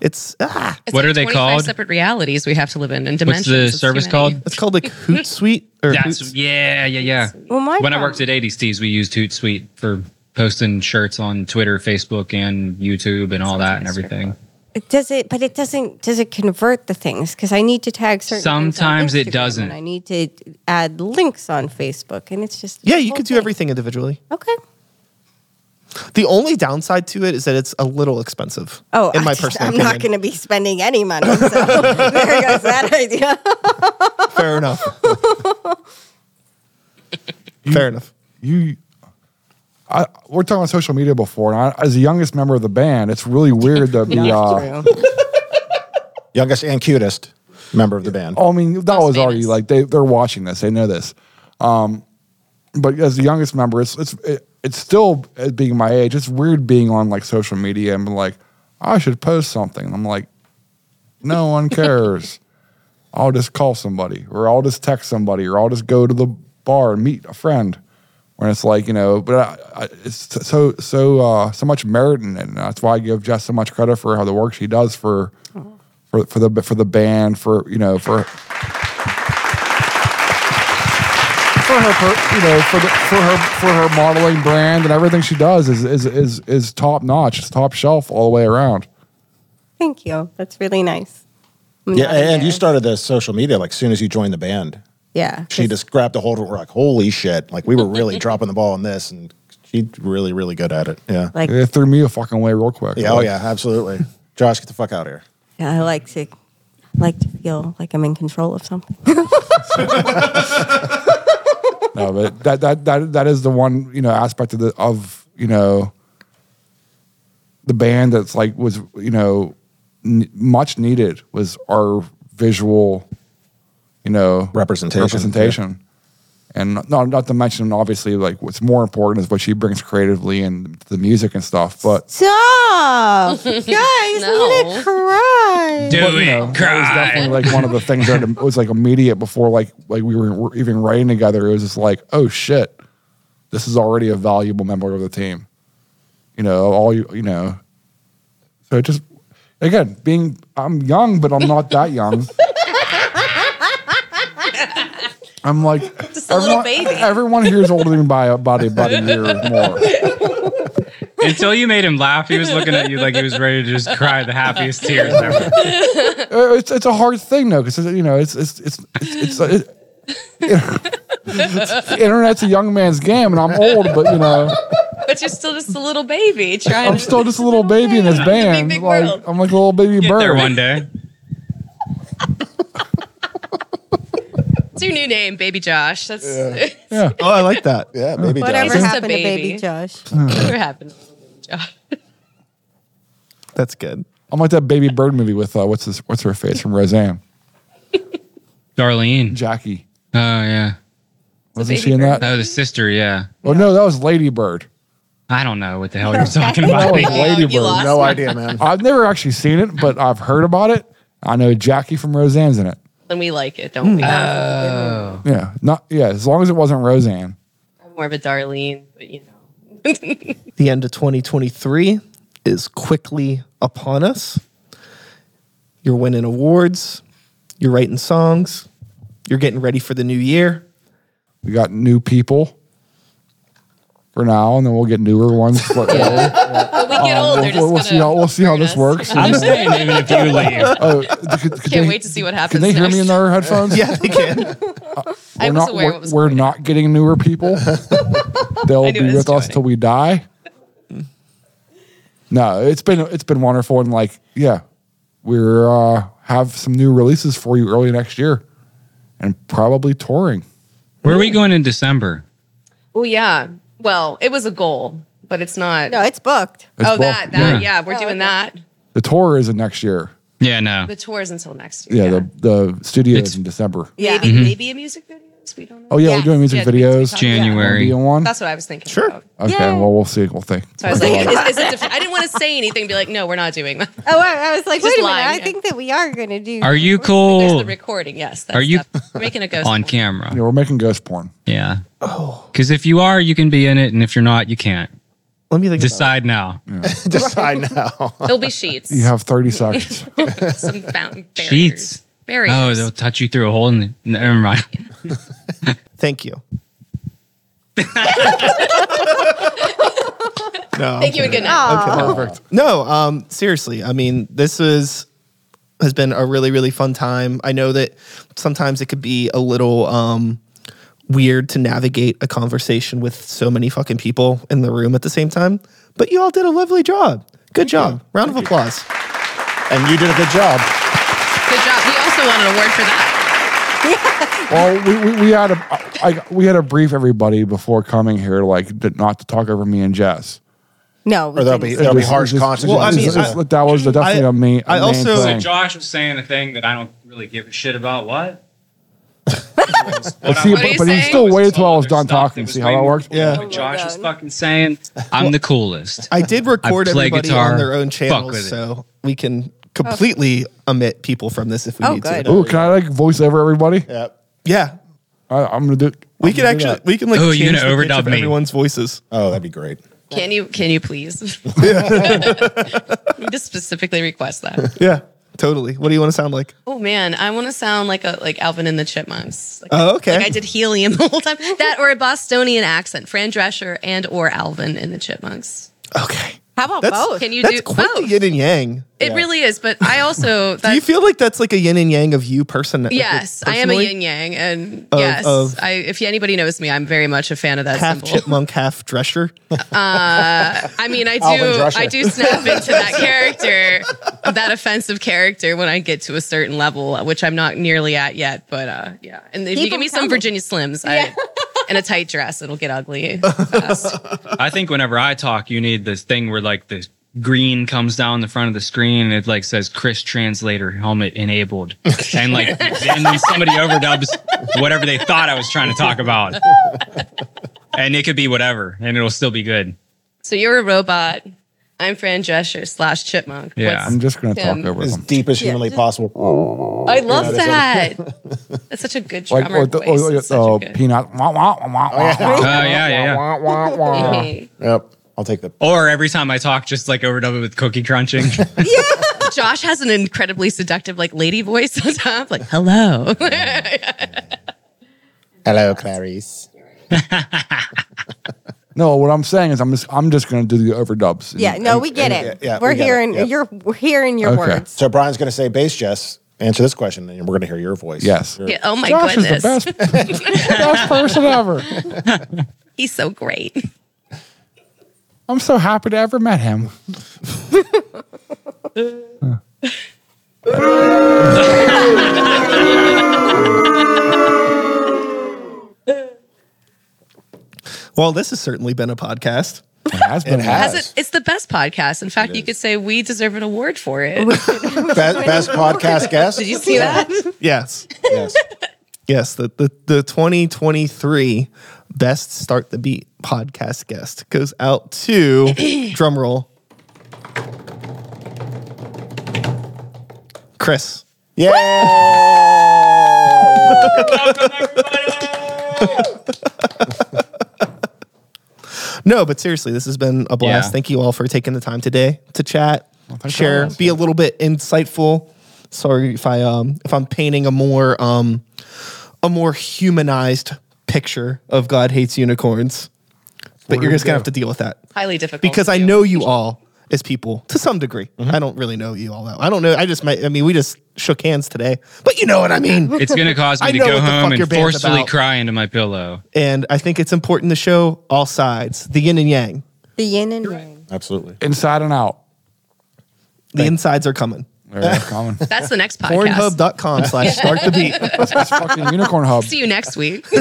[SPEAKER 1] it's, ah,
[SPEAKER 6] It's
[SPEAKER 5] What
[SPEAKER 6] like
[SPEAKER 5] are they
[SPEAKER 6] 25
[SPEAKER 5] called?
[SPEAKER 6] Separate realities we have to live in and
[SPEAKER 5] What's
[SPEAKER 6] dimensions.
[SPEAKER 5] the
[SPEAKER 6] It's too
[SPEAKER 5] service
[SPEAKER 6] many.
[SPEAKER 5] called?
[SPEAKER 1] it's
[SPEAKER 6] (laughs)
[SPEAKER 1] called like Hootsuite or
[SPEAKER 5] That's
[SPEAKER 1] Hoots-
[SPEAKER 5] yeah, yeah, yeah.
[SPEAKER 2] Well, my
[SPEAKER 5] when I
[SPEAKER 2] problem-
[SPEAKER 5] worked at 80s Tees, we used Hootsuite for posting shirts on Twitter, Facebook, and YouTube, and all that, and everything.
[SPEAKER 2] It does it, but it doesn't. Does it convert the things? Because I need to tag certain. things on
[SPEAKER 5] Sometimes it
[SPEAKER 2] Instagram,
[SPEAKER 5] doesn't.
[SPEAKER 2] and I need to add links on Facebook, and it's just
[SPEAKER 1] yeah, you
[SPEAKER 2] whole
[SPEAKER 1] could do
[SPEAKER 2] thing.
[SPEAKER 1] everything individually.
[SPEAKER 2] Okay.
[SPEAKER 1] The only downside to it is that it's a little expensive.
[SPEAKER 2] Oh,
[SPEAKER 1] in my
[SPEAKER 2] I just-
[SPEAKER 1] personal
[SPEAKER 2] I'm
[SPEAKER 1] opinion.
[SPEAKER 2] not going to be spending any money. So (laughs) there goes that
[SPEAKER 1] (laughs)
[SPEAKER 2] idea.
[SPEAKER 1] Fair enough. Fair enough.
[SPEAKER 3] you I, we're talking about social media before and I, as the youngest member of the band it's really weird to be
[SPEAKER 6] (laughs)
[SPEAKER 3] uh,
[SPEAKER 4] Youngest and cutest member of the band.
[SPEAKER 3] oh, i mean that was already
[SPEAKER 6] famous.
[SPEAKER 3] like they, they're watching this they know this um, but as the youngest member it's it's it, it's still uh, being my age it's weird being on like social media and being like i should post something And i'm like no one cares i'll just call somebody or i'll just text somebody or i'll just go to the bar and meet a friend when it's like you know but I, I, it's so so uh, so much merit in it and that's why i give jess so much credit for how the work she does for for, for the for the band for you know for for her, per, you know, for the, for her for her modeling brand and everything she does is is is is top notch. It's top shelf all the way around.
[SPEAKER 2] Thank you. That's really nice. I'm
[SPEAKER 4] yeah,
[SPEAKER 2] not
[SPEAKER 4] and you
[SPEAKER 2] embarrassed.
[SPEAKER 4] started the social media like soon as you joined the band.
[SPEAKER 2] Yeah.
[SPEAKER 4] She just grabbed a hold of it. We're like, holy shit! Like we were (laughs) really dropping the ball on this, and she's really, really good at it. Yeah.
[SPEAKER 2] like
[SPEAKER 3] It threw me a fucking way real quick.
[SPEAKER 4] yeah. Oh yeah. Absolutely. Josh, get the fuck out of here.
[SPEAKER 2] I like to like to feel like I'm in control of something.
[SPEAKER 3] No, but that that that that is the one you know aspect of the of you know the band that's like was you know n- much needed was our visual you know
[SPEAKER 4] Representation,
[SPEAKER 3] representation. And not- not not to mention obviously like what's more important is what she brings creatively and the music and stuff, but
[SPEAKER 6] (laughs)
[SPEAKER 2] Stop, guys! I'm
[SPEAKER 6] No.
[SPEAKER 2] gonna cry.
[SPEAKER 5] Do
[SPEAKER 3] But, you know,
[SPEAKER 5] it,
[SPEAKER 3] It was
[SPEAKER 5] cry.
[SPEAKER 3] definitely like one of the things that it was like immediate before like like we were, were even writing together. It was just like, oh shit, this is already a valuable member of the team. You know, all you you know. So it just again being I'm young, but I'm not that
[SPEAKER 5] (laughs)
[SPEAKER 3] young. I'm like
[SPEAKER 6] Just a little baby.
[SPEAKER 3] Everyone here is older than me by about a about a year or more.
[SPEAKER 5] Until you made him laugh,
[SPEAKER 3] (laughs)
[SPEAKER 5] he was looking at you like he was ready to just cry the happiest tears ever.
[SPEAKER 3] Uh, it's it's a hard thing though because you know it's it's it's it's, it's, it- it's- (laughs) internet's a young man's game and I'm old but you know
[SPEAKER 6] But you're still just a little baby trying
[SPEAKER 3] I'm
[SPEAKER 6] to-
[SPEAKER 3] still just a little baby in this
[SPEAKER 6] It's a big,
[SPEAKER 3] band
[SPEAKER 6] big
[SPEAKER 3] like
[SPEAKER 6] world.
[SPEAKER 3] I'm like a little baby
[SPEAKER 5] (laughs) Get
[SPEAKER 3] bird
[SPEAKER 5] there one day.
[SPEAKER 6] It's your new name, Baby Josh. That's (laughs)
[SPEAKER 3] yeah
[SPEAKER 1] Oh, I like that.
[SPEAKER 4] Yeah, maybe.
[SPEAKER 2] Whatever
[SPEAKER 6] Just a
[SPEAKER 2] happened to baby
[SPEAKER 6] baby.
[SPEAKER 2] Josh?
[SPEAKER 6] what happened. Josh.
[SPEAKER 1] That's good.
[SPEAKER 3] I'm like that baby bird movie with uh, what's this what's her face from Roseanne
[SPEAKER 5] Darlene.
[SPEAKER 3] Jackie
[SPEAKER 5] Oh yeah.
[SPEAKER 3] wasn't
[SPEAKER 6] baby
[SPEAKER 3] she in that
[SPEAKER 5] Oh, the sister. Yeah.
[SPEAKER 3] oh no that was Lady Bird
[SPEAKER 5] I don't know what the hell you're talking
[SPEAKER 3] that
[SPEAKER 5] about.
[SPEAKER 3] was
[SPEAKER 5] (laughs)
[SPEAKER 3] Lady
[SPEAKER 6] you
[SPEAKER 3] Bird
[SPEAKER 4] (laughs)
[SPEAKER 6] lost.
[SPEAKER 4] No idea, man. (laughs)
[SPEAKER 3] I've never actually seen it but I've heard about it I know Jackie from Roseanne's in it
[SPEAKER 6] Then we like it, don't we?
[SPEAKER 3] Hmm. yeah not yeah as long as it wasn't Roseanne
[SPEAKER 6] I'm more of a Darlene, but you know.
[SPEAKER 1] The end of 2023 is quickly upon us. You're winning awards. You're writing songs. You're getting ready for the new year. (laughs)
[SPEAKER 3] We got new people for now, and then we'll get newer ones. But uh,
[SPEAKER 7] But we get
[SPEAKER 3] we'll,
[SPEAKER 7] older.
[SPEAKER 3] we'll, we'll see how we'll see how this
[SPEAKER 6] (laughs)
[SPEAKER 3] works.
[SPEAKER 5] I'm
[SPEAKER 3] (laughs)
[SPEAKER 5] staying even if you leave.
[SPEAKER 3] Oh, could- could
[SPEAKER 7] Can't
[SPEAKER 3] they-
[SPEAKER 7] wait to see what happens.
[SPEAKER 3] Can they hear me in
[SPEAKER 7] next.
[SPEAKER 3] their headphones?
[SPEAKER 1] (laughs) Yeah, they can.
[SPEAKER 7] I
[SPEAKER 3] we're
[SPEAKER 7] was
[SPEAKER 3] not
[SPEAKER 7] aware
[SPEAKER 3] we're,
[SPEAKER 7] what was
[SPEAKER 3] we're
[SPEAKER 7] going
[SPEAKER 3] not getting newer people. They'll
[SPEAKER 6] I knew
[SPEAKER 3] be
[SPEAKER 6] it was
[SPEAKER 3] with us
[SPEAKER 6] joining.
[SPEAKER 3] till we die. No, it's been it's been wonderful and like yeah, we're uh, have some new releases for you early next year, and probably touring.
[SPEAKER 5] Where are we going in December?
[SPEAKER 6] Well, Oh, yeah. Well, it was a goal, but it's not.
[SPEAKER 2] No, it's booked.
[SPEAKER 3] It's
[SPEAKER 6] oh,
[SPEAKER 3] both-
[SPEAKER 6] that, that,
[SPEAKER 5] Yeah.
[SPEAKER 6] yeah, we're doing that.
[SPEAKER 3] The tour isn't next year.
[SPEAKER 5] Yeah, no.
[SPEAKER 6] The tour is until next year.
[SPEAKER 3] Yeah, the the studio
[SPEAKER 5] It's-
[SPEAKER 3] is in December.
[SPEAKER 6] yeah.
[SPEAKER 5] Mm-hmm.
[SPEAKER 6] Maybe, maybe a music video. We don't know.
[SPEAKER 3] Oh yeah,
[SPEAKER 2] Yes.
[SPEAKER 3] we're doing music
[SPEAKER 6] Yeah, the music
[SPEAKER 3] videos.
[SPEAKER 6] video.
[SPEAKER 3] Wanna
[SPEAKER 5] January.
[SPEAKER 3] Be in one.
[SPEAKER 6] That's what I was thinking.
[SPEAKER 1] Sure.
[SPEAKER 6] about.
[SPEAKER 3] okay,
[SPEAKER 2] Yeah.
[SPEAKER 3] well we'll see. We'll think.
[SPEAKER 6] So I was like, is, is it different? I didn't want to say anything, be like, no, we're not doing that. (laughs)
[SPEAKER 2] Oh, I, I was like,
[SPEAKER 6] Just
[SPEAKER 2] wait a minute.
[SPEAKER 6] lying,
[SPEAKER 2] I
[SPEAKER 6] yeah.
[SPEAKER 2] think that we are going to do.
[SPEAKER 5] Are you
[SPEAKER 6] There's the
[SPEAKER 5] cool
[SPEAKER 6] recording. Yes. That's
[SPEAKER 5] Oh. Are you-
[SPEAKER 6] that. We're making a ghost
[SPEAKER 5] on
[SPEAKER 6] tour.
[SPEAKER 3] yeah,
[SPEAKER 5] camera?
[SPEAKER 3] we're making ghost porn.
[SPEAKER 5] Yeah. Oh. Because if you are, you can be in it, and if you're not, you can't.
[SPEAKER 1] Let me think. about
[SPEAKER 5] Decide now.
[SPEAKER 4] Decide now.
[SPEAKER 6] There'll be sheets.
[SPEAKER 3] You have
[SPEAKER 6] (laughs)
[SPEAKER 3] thirty seconds.
[SPEAKER 6] Some fountain barriers.
[SPEAKER 5] Sheets.
[SPEAKER 6] Barriers.
[SPEAKER 5] Oh, they'll touch you through a hole in the. Never mind.
[SPEAKER 1] it. Thank (laughs) you. no, I'm
[SPEAKER 6] Thank you and good night.
[SPEAKER 2] Oh.
[SPEAKER 3] Perfect.
[SPEAKER 1] No, um, seriously. I mean, this is has been a really really fun time. I know that sometimes it could be a little um, weird to navigate a conversation with so many fucking people in the room at the same time, but you all did a lovely job. Good job. Round of applause.
[SPEAKER 4] And you did a good job.
[SPEAKER 6] Good job. We also won an award for that.
[SPEAKER 3] Well, we, we, we had a I, we had a brief everybody before coming here, like that not to talk over me and Jess.
[SPEAKER 2] No, we
[SPEAKER 4] Or there'll (laughs)
[SPEAKER 2] couldn't
[SPEAKER 4] be
[SPEAKER 2] say-
[SPEAKER 4] there'll be
[SPEAKER 3] It's
[SPEAKER 4] harsh
[SPEAKER 3] just-
[SPEAKER 4] consequences.
[SPEAKER 1] Well, I mean,
[SPEAKER 3] it's- it's-
[SPEAKER 1] I-
[SPEAKER 3] that was definitely
[SPEAKER 1] I-
[SPEAKER 3] a main. a
[SPEAKER 1] I
[SPEAKER 3] main
[SPEAKER 1] also-
[SPEAKER 5] So
[SPEAKER 3] thing.
[SPEAKER 5] Josh was saying a thing that I don't really give a shit about. What?
[SPEAKER 3] But see,
[SPEAKER 6] are
[SPEAKER 3] but,
[SPEAKER 6] you
[SPEAKER 3] but he
[SPEAKER 6] saying?
[SPEAKER 3] still
[SPEAKER 5] was
[SPEAKER 3] waited till I
[SPEAKER 5] told
[SPEAKER 3] was
[SPEAKER 5] there's
[SPEAKER 3] done
[SPEAKER 5] stuff
[SPEAKER 3] talking.
[SPEAKER 5] was
[SPEAKER 3] See how
[SPEAKER 5] way
[SPEAKER 3] that
[SPEAKER 5] more
[SPEAKER 3] worked?
[SPEAKER 5] cool
[SPEAKER 1] Yeah. Oh
[SPEAKER 5] than What
[SPEAKER 2] my
[SPEAKER 5] Josh was
[SPEAKER 2] God.
[SPEAKER 5] fucking saying. I'm the coolest.
[SPEAKER 1] I did record
[SPEAKER 5] (laughs) I play
[SPEAKER 1] everybody
[SPEAKER 5] guitar.
[SPEAKER 1] on their own
[SPEAKER 5] Fuck
[SPEAKER 1] channels,
[SPEAKER 5] with it.
[SPEAKER 1] so we can completely omit people from this if we
[SPEAKER 2] Oh,
[SPEAKER 1] need
[SPEAKER 2] good.
[SPEAKER 1] to.
[SPEAKER 3] Ooh, can I like voice over everybody?
[SPEAKER 4] Yep.
[SPEAKER 1] Yeah,
[SPEAKER 3] I, I'm gonna do.
[SPEAKER 1] we can actually we can like
[SPEAKER 5] Oh,
[SPEAKER 1] change
[SPEAKER 5] you're
[SPEAKER 1] the
[SPEAKER 5] gonna
[SPEAKER 1] pitch of
[SPEAKER 5] overdub me.
[SPEAKER 1] everyone's voices.
[SPEAKER 4] Oh, that'd be great.
[SPEAKER 6] Can you, can you please? (laughs) we just specifically request that.
[SPEAKER 1] Yeah, totally. What do you want to sound like?
[SPEAKER 6] Oh man, I want to sound like a like Alvin and the Chipmunks. Like,
[SPEAKER 1] Oh, okay.
[SPEAKER 6] Like I did helium (laughs) the whole time. That or a Bostonian accent, Fran Drescher and or Alvin and the Chipmunks.
[SPEAKER 1] Okay.
[SPEAKER 2] How about
[SPEAKER 1] That's-
[SPEAKER 2] both?
[SPEAKER 6] Can you
[SPEAKER 1] that's
[SPEAKER 6] do
[SPEAKER 1] quite the
[SPEAKER 6] both?
[SPEAKER 1] yin and yang.
[SPEAKER 6] It really is, but I
[SPEAKER 1] (laughs) Do
[SPEAKER 6] also that,
[SPEAKER 1] you feel like that's like a yin and yang of you person? like,
[SPEAKER 6] yes, I am a
[SPEAKER 1] personally?
[SPEAKER 6] yin yang, and
[SPEAKER 1] Of-
[SPEAKER 6] yes,
[SPEAKER 1] of-
[SPEAKER 6] I if anybody knows me, I'm very much a fan of that
[SPEAKER 1] Half
[SPEAKER 6] symbol.
[SPEAKER 1] chipmunk, half
[SPEAKER 6] (laughs)
[SPEAKER 1] dresser.
[SPEAKER 6] I mean, I
[SPEAKER 4] Alvin
[SPEAKER 6] do
[SPEAKER 4] Drescher.
[SPEAKER 6] I do snap
[SPEAKER 3] (laughs)
[SPEAKER 6] into that character, that offensive character when I get to a certain level, which I'm not nearly at yet. But uh, yeah, and if
[SPEAKER 2] Keep
[SPEAKER 6] you give
[SPEAKER 2] 'em
[SPEAKER 6] me some
[SPEAKER 2] coming.
[SPEAKER 6] Virginia Slims, I. And a tight dress, it'll
[SPEAKER 3] (laughs)
[SPEAKER 6] get ugly. fast.
[SPEAKER 5] I think whenever I talk, you need this thing where like the green comes down the front of the screen and it like says Chris translator helmet
[SPEAKER 1] (laughs)
[SPEAKER 5] enabled. And like and then somebody overdubs whatever they thought I was trying to talk about. And it could be whatever and it'll still be good.
[SPEAKER 6] So you're a robot. I'm Fran Drescher slash Chipmunk.
[SPEAKER 5] Yeah.
[SPEAKER 3] I'm just gonna
[SPEAKER 6] Damn.
[SPEAKER 3] talk over
[SPEAKER 4] As
[SPEAKER 3] them.
[SPEAKER 4] deep as humanly possible.
[SPEAKER 6] What's, I love that. (laughs) That's such a good
[SPEAKER 3] Like
[SPEAKER 6] drummer
[SPEAKER 3] or the,
[SPEAKER 6] voice.
[SPEAKER 3] or,
[SPEAKER 6] It's such
[SPEAKER 3] uh,
[SPEAKER 6] a good-
[SPEAKER 3] peanut. Wah, wah, wah, wah,
[SPEAKER 5] Oh
[SPEAKER 6] (laughs)
[SPEAKER 3] wah,
[SPEAKER 5] yeah, yeah, yeah.
[SPEAKER 3] wah, wah, wah.
[SPEAKER 4] Yep. I'll take the.
[SPEAKER 5] Or every time I talk, just like overdub it with cookie crunching.
[SPEAKER 6] Josh has an incredibly seductive like lady voice (laughs) on top, like hello.
[SPEAKER 4] Hello, Clarice.
[SPEAKER 3] No, what I'm saying is I'm just I'm just gonna do the overdubs.
[SPEAKER 2] (laughs) Yeah, no, we get it.
[SPEAKER 4] yeah, yeah,
[SPEAKER 2] we're
[SPEAKER 4] we get it.
[SPEAKER 2] hearing
[SPEAKER 4] Yep.
[SPEAKER 2] you're we're hearing your
[SPEAKER 3] Okay.
[SPEAKER 2] words.
[SPEAKER 4] So Brian's going to say, "Bass, Jess, answer this question, and we're going to hear your voice."
[SPEAKER 3] Yes.
[SPEAKER 4] Your-
[SPEAKER 6] Yeah, oh my
[SPEAKER 3] Josh
[SPEAKER 6] goodness,
[SPEAKER 3] is the best, (laughs) best person ever.
[SPEAKER 6] he's so great.
[SPEAKER 3] I'm so happy to ever met him.
[SPEAKER 1] Well, this has certainly been a podcast.
[SPEAKER 3] It has been.
[SPEAKER 4] It has.
[SPEAKER 6] Has it, it's the best podcast. In fact, you could say we deserve an award for
[SPEAKER 1] (laughs)
[SPEAKER 6] it.
[SPEAKER 4] Be-
[SPEAKER 6] (laughs)
[SPEAKER 4] best podcast guest.
[SPEAKER 6] Did you see that?
[SPEAKER 1] Yes.
[SPEAKER 6] (laughs)
[SPEAKER 4] Yes.
[SPEAKER 1] yes. The, the, the 2023 Best Start the Beat podcast guest goes out to
[SPEAKER 6] (coughs)
[SPEAKER 1] drumroll. Chris.
[SPEAKER 4] Yeah.
[SPEAKER 1] No, but seriously, this has been a blast.
[SPEAKER 5] Yeah.
[SPEAKER 1] Thank you all for taking the time today to chat,
[SPEAKER 3] thanks for
[SPEAKER 1] share,
[SPEAKER 3] having us.
[SPEAKER 1] be a little bit insightful, Sorry if I um if I'm painting a more um a more humanized picture of God hates unicorns. But you're just gonna have to deal with that
[SPEAKER 6] Highly difficult.
[SPEAKER 1] because
[SPEAKER 6] to
[SPEAKER 1] I
[SPEAKER 6] do.
[SPEAKER 1] know you all as people to some degree.
[SPEAKER 3] Mm-hmm.
[SPEAKER 1] I don't really know you all that. I don't know. I just might. I mean, we just shook hands today, but you know what I mean.
[SPEAKER 5] It's gonna cause
[SPEAKER 1] (laughs) I
[SPEAKER 5] me to
[SPEAKER 1] know
[SPEAKER 5] go
[SPEAKER 1] what the fuck
[SPEAKER 5] home
[SPEAKER 1] your
[SPEAKER 5] and
[SPEAKER 1] band's
[SPEAKER 5] forcefully
[SPEAKER 1] about.
[SPEAKER 5] cry into my pillow.
[SPEAKER 1] and I think it's important to show all sides, the yin and yang.
[SPEAKER 2] The yin and yang.
[SPEAKER 4] Absolutely.
[SPEAKER 3] Inside and out.
[SPEAKER 1] The insides are coming.
[SPEAKER 3] There, that's common.
[SPEAKER 6] That's
[SPEAKER 1] (laughs)
[SPEAKER 6] the next podcast.
[SPEAKER 1] Pornhub.com slash start the beat.
[SPEAKER 3] That's
[SPEAKER 6] (laughs)
[SPEAKER 3] fucking unicorn hub.
[SPEAKER 6] See you
[SPEAKER 1] (laughs)
[SPEAKER 6] next week. (laughs)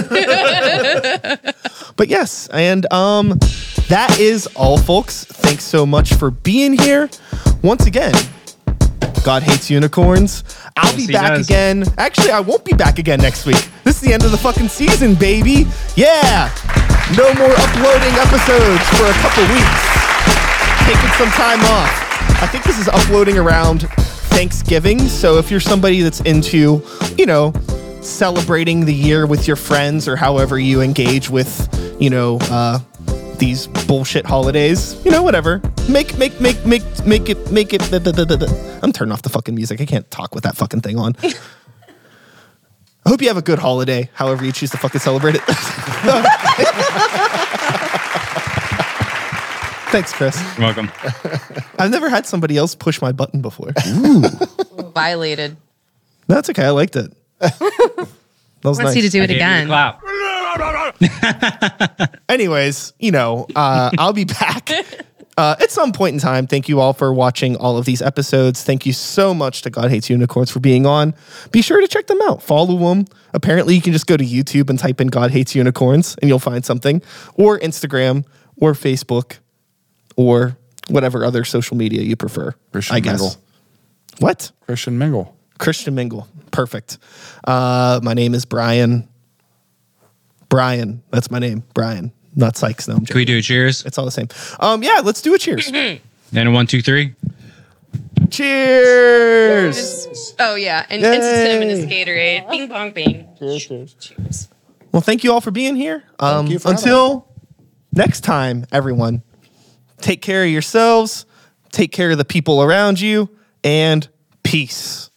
[SPEAKER 1] But yes, and um, that is all, folks. Thanks so much for being here. Once again, God hates unicorns. I'll
[SPEAKER 5] Yes,
[SPEAKER 1] be
[SPEAKER 5] he
[SPEAKER 1] back
[SPEAKER 5] does.
[SPEAKER 1] again. Actually, I won't be back again next week. This is the end of the fucking season, baby. Yeah. No more uploading episodes for a couple weeks. taking some time off. I think this is uploading around Thanksgiving. So if you're somebody that's into, you know, celebrating the year with your friends or however you engage with, you know, uh, these bullshit holidays, you know, whatever. Make make make make make it make it. th- th- th- th- th- I'm turning off the fucking music. I can't talk with that fucking thing on. I hope you have a good holiday, however you choose to fucking celebrate it. (laughs) Thanks, Chris.
[SPEAKER 5] You're welcome.
[SPEAKER 1] I've never had somebody else push my button before. (laughs)
[SPEAKER 6] Violated.
[SPEAKER 1] That's okay. I liked
[SPEAKER 6] (laughs)
[SPEAKER 1] it. That was
[SPEAKER 6] Wants
[SPEAKER 1] nice.
[SPEAKER 6] you to do
[SPEAKER 5] I
[SPEAKER 6] it
[SPEAKER 5] gave you a
[SPEAKER 6] again.
[SPEAKER 5] Clap.
[SPEAKER 1] Anyways, you know, uh, I'll be
[SPEAKER 6] (laughs)
[SPEAKER 1] back uh, at some point in time. Thank you all for watching all of these episodes. Thank you so much to God Hates Unicorns for being on. Be sure to check them out. Follow them. Apparently, you can just go to YouTube and type in God Hates Unicorns and you'll find something, or Instagram, or Facebook, or whatever other social media you prefer.
[SPEAKER 3] Christian
[SPEAKER 1] I guess.
[SPEAKER 3] Mingle.
[SPEAKER 1] What?
[SPEAKER 3] Christian Mingle.
[SPEAKER 1] Christian Mingle. Perfect. Uh, my name is Brian. Brian. That's my name. Brian. Not Sykes. No, I'm
[SPEAKER 5] Can
[SPEAKER 1] joking.
[SPEAKER 5] we do a cheers?
[SPEAKER 1] It's all the same. Um, yeah, let's do a cheers.
[SPEAKER 5] And a one, two, three.
[SPEAKER 1] cheers.
[SPEAKER 6] Oh yeah, and it's a cinnamon is Gatorade. Bing bong bing.
[SPEAKER 1] Well, thank you all for being here. Um,
[SPEAKER 4] you for having
[SPEAKER 1] until next time, everyone, take care of yourselves, take care of the people around you, and peace.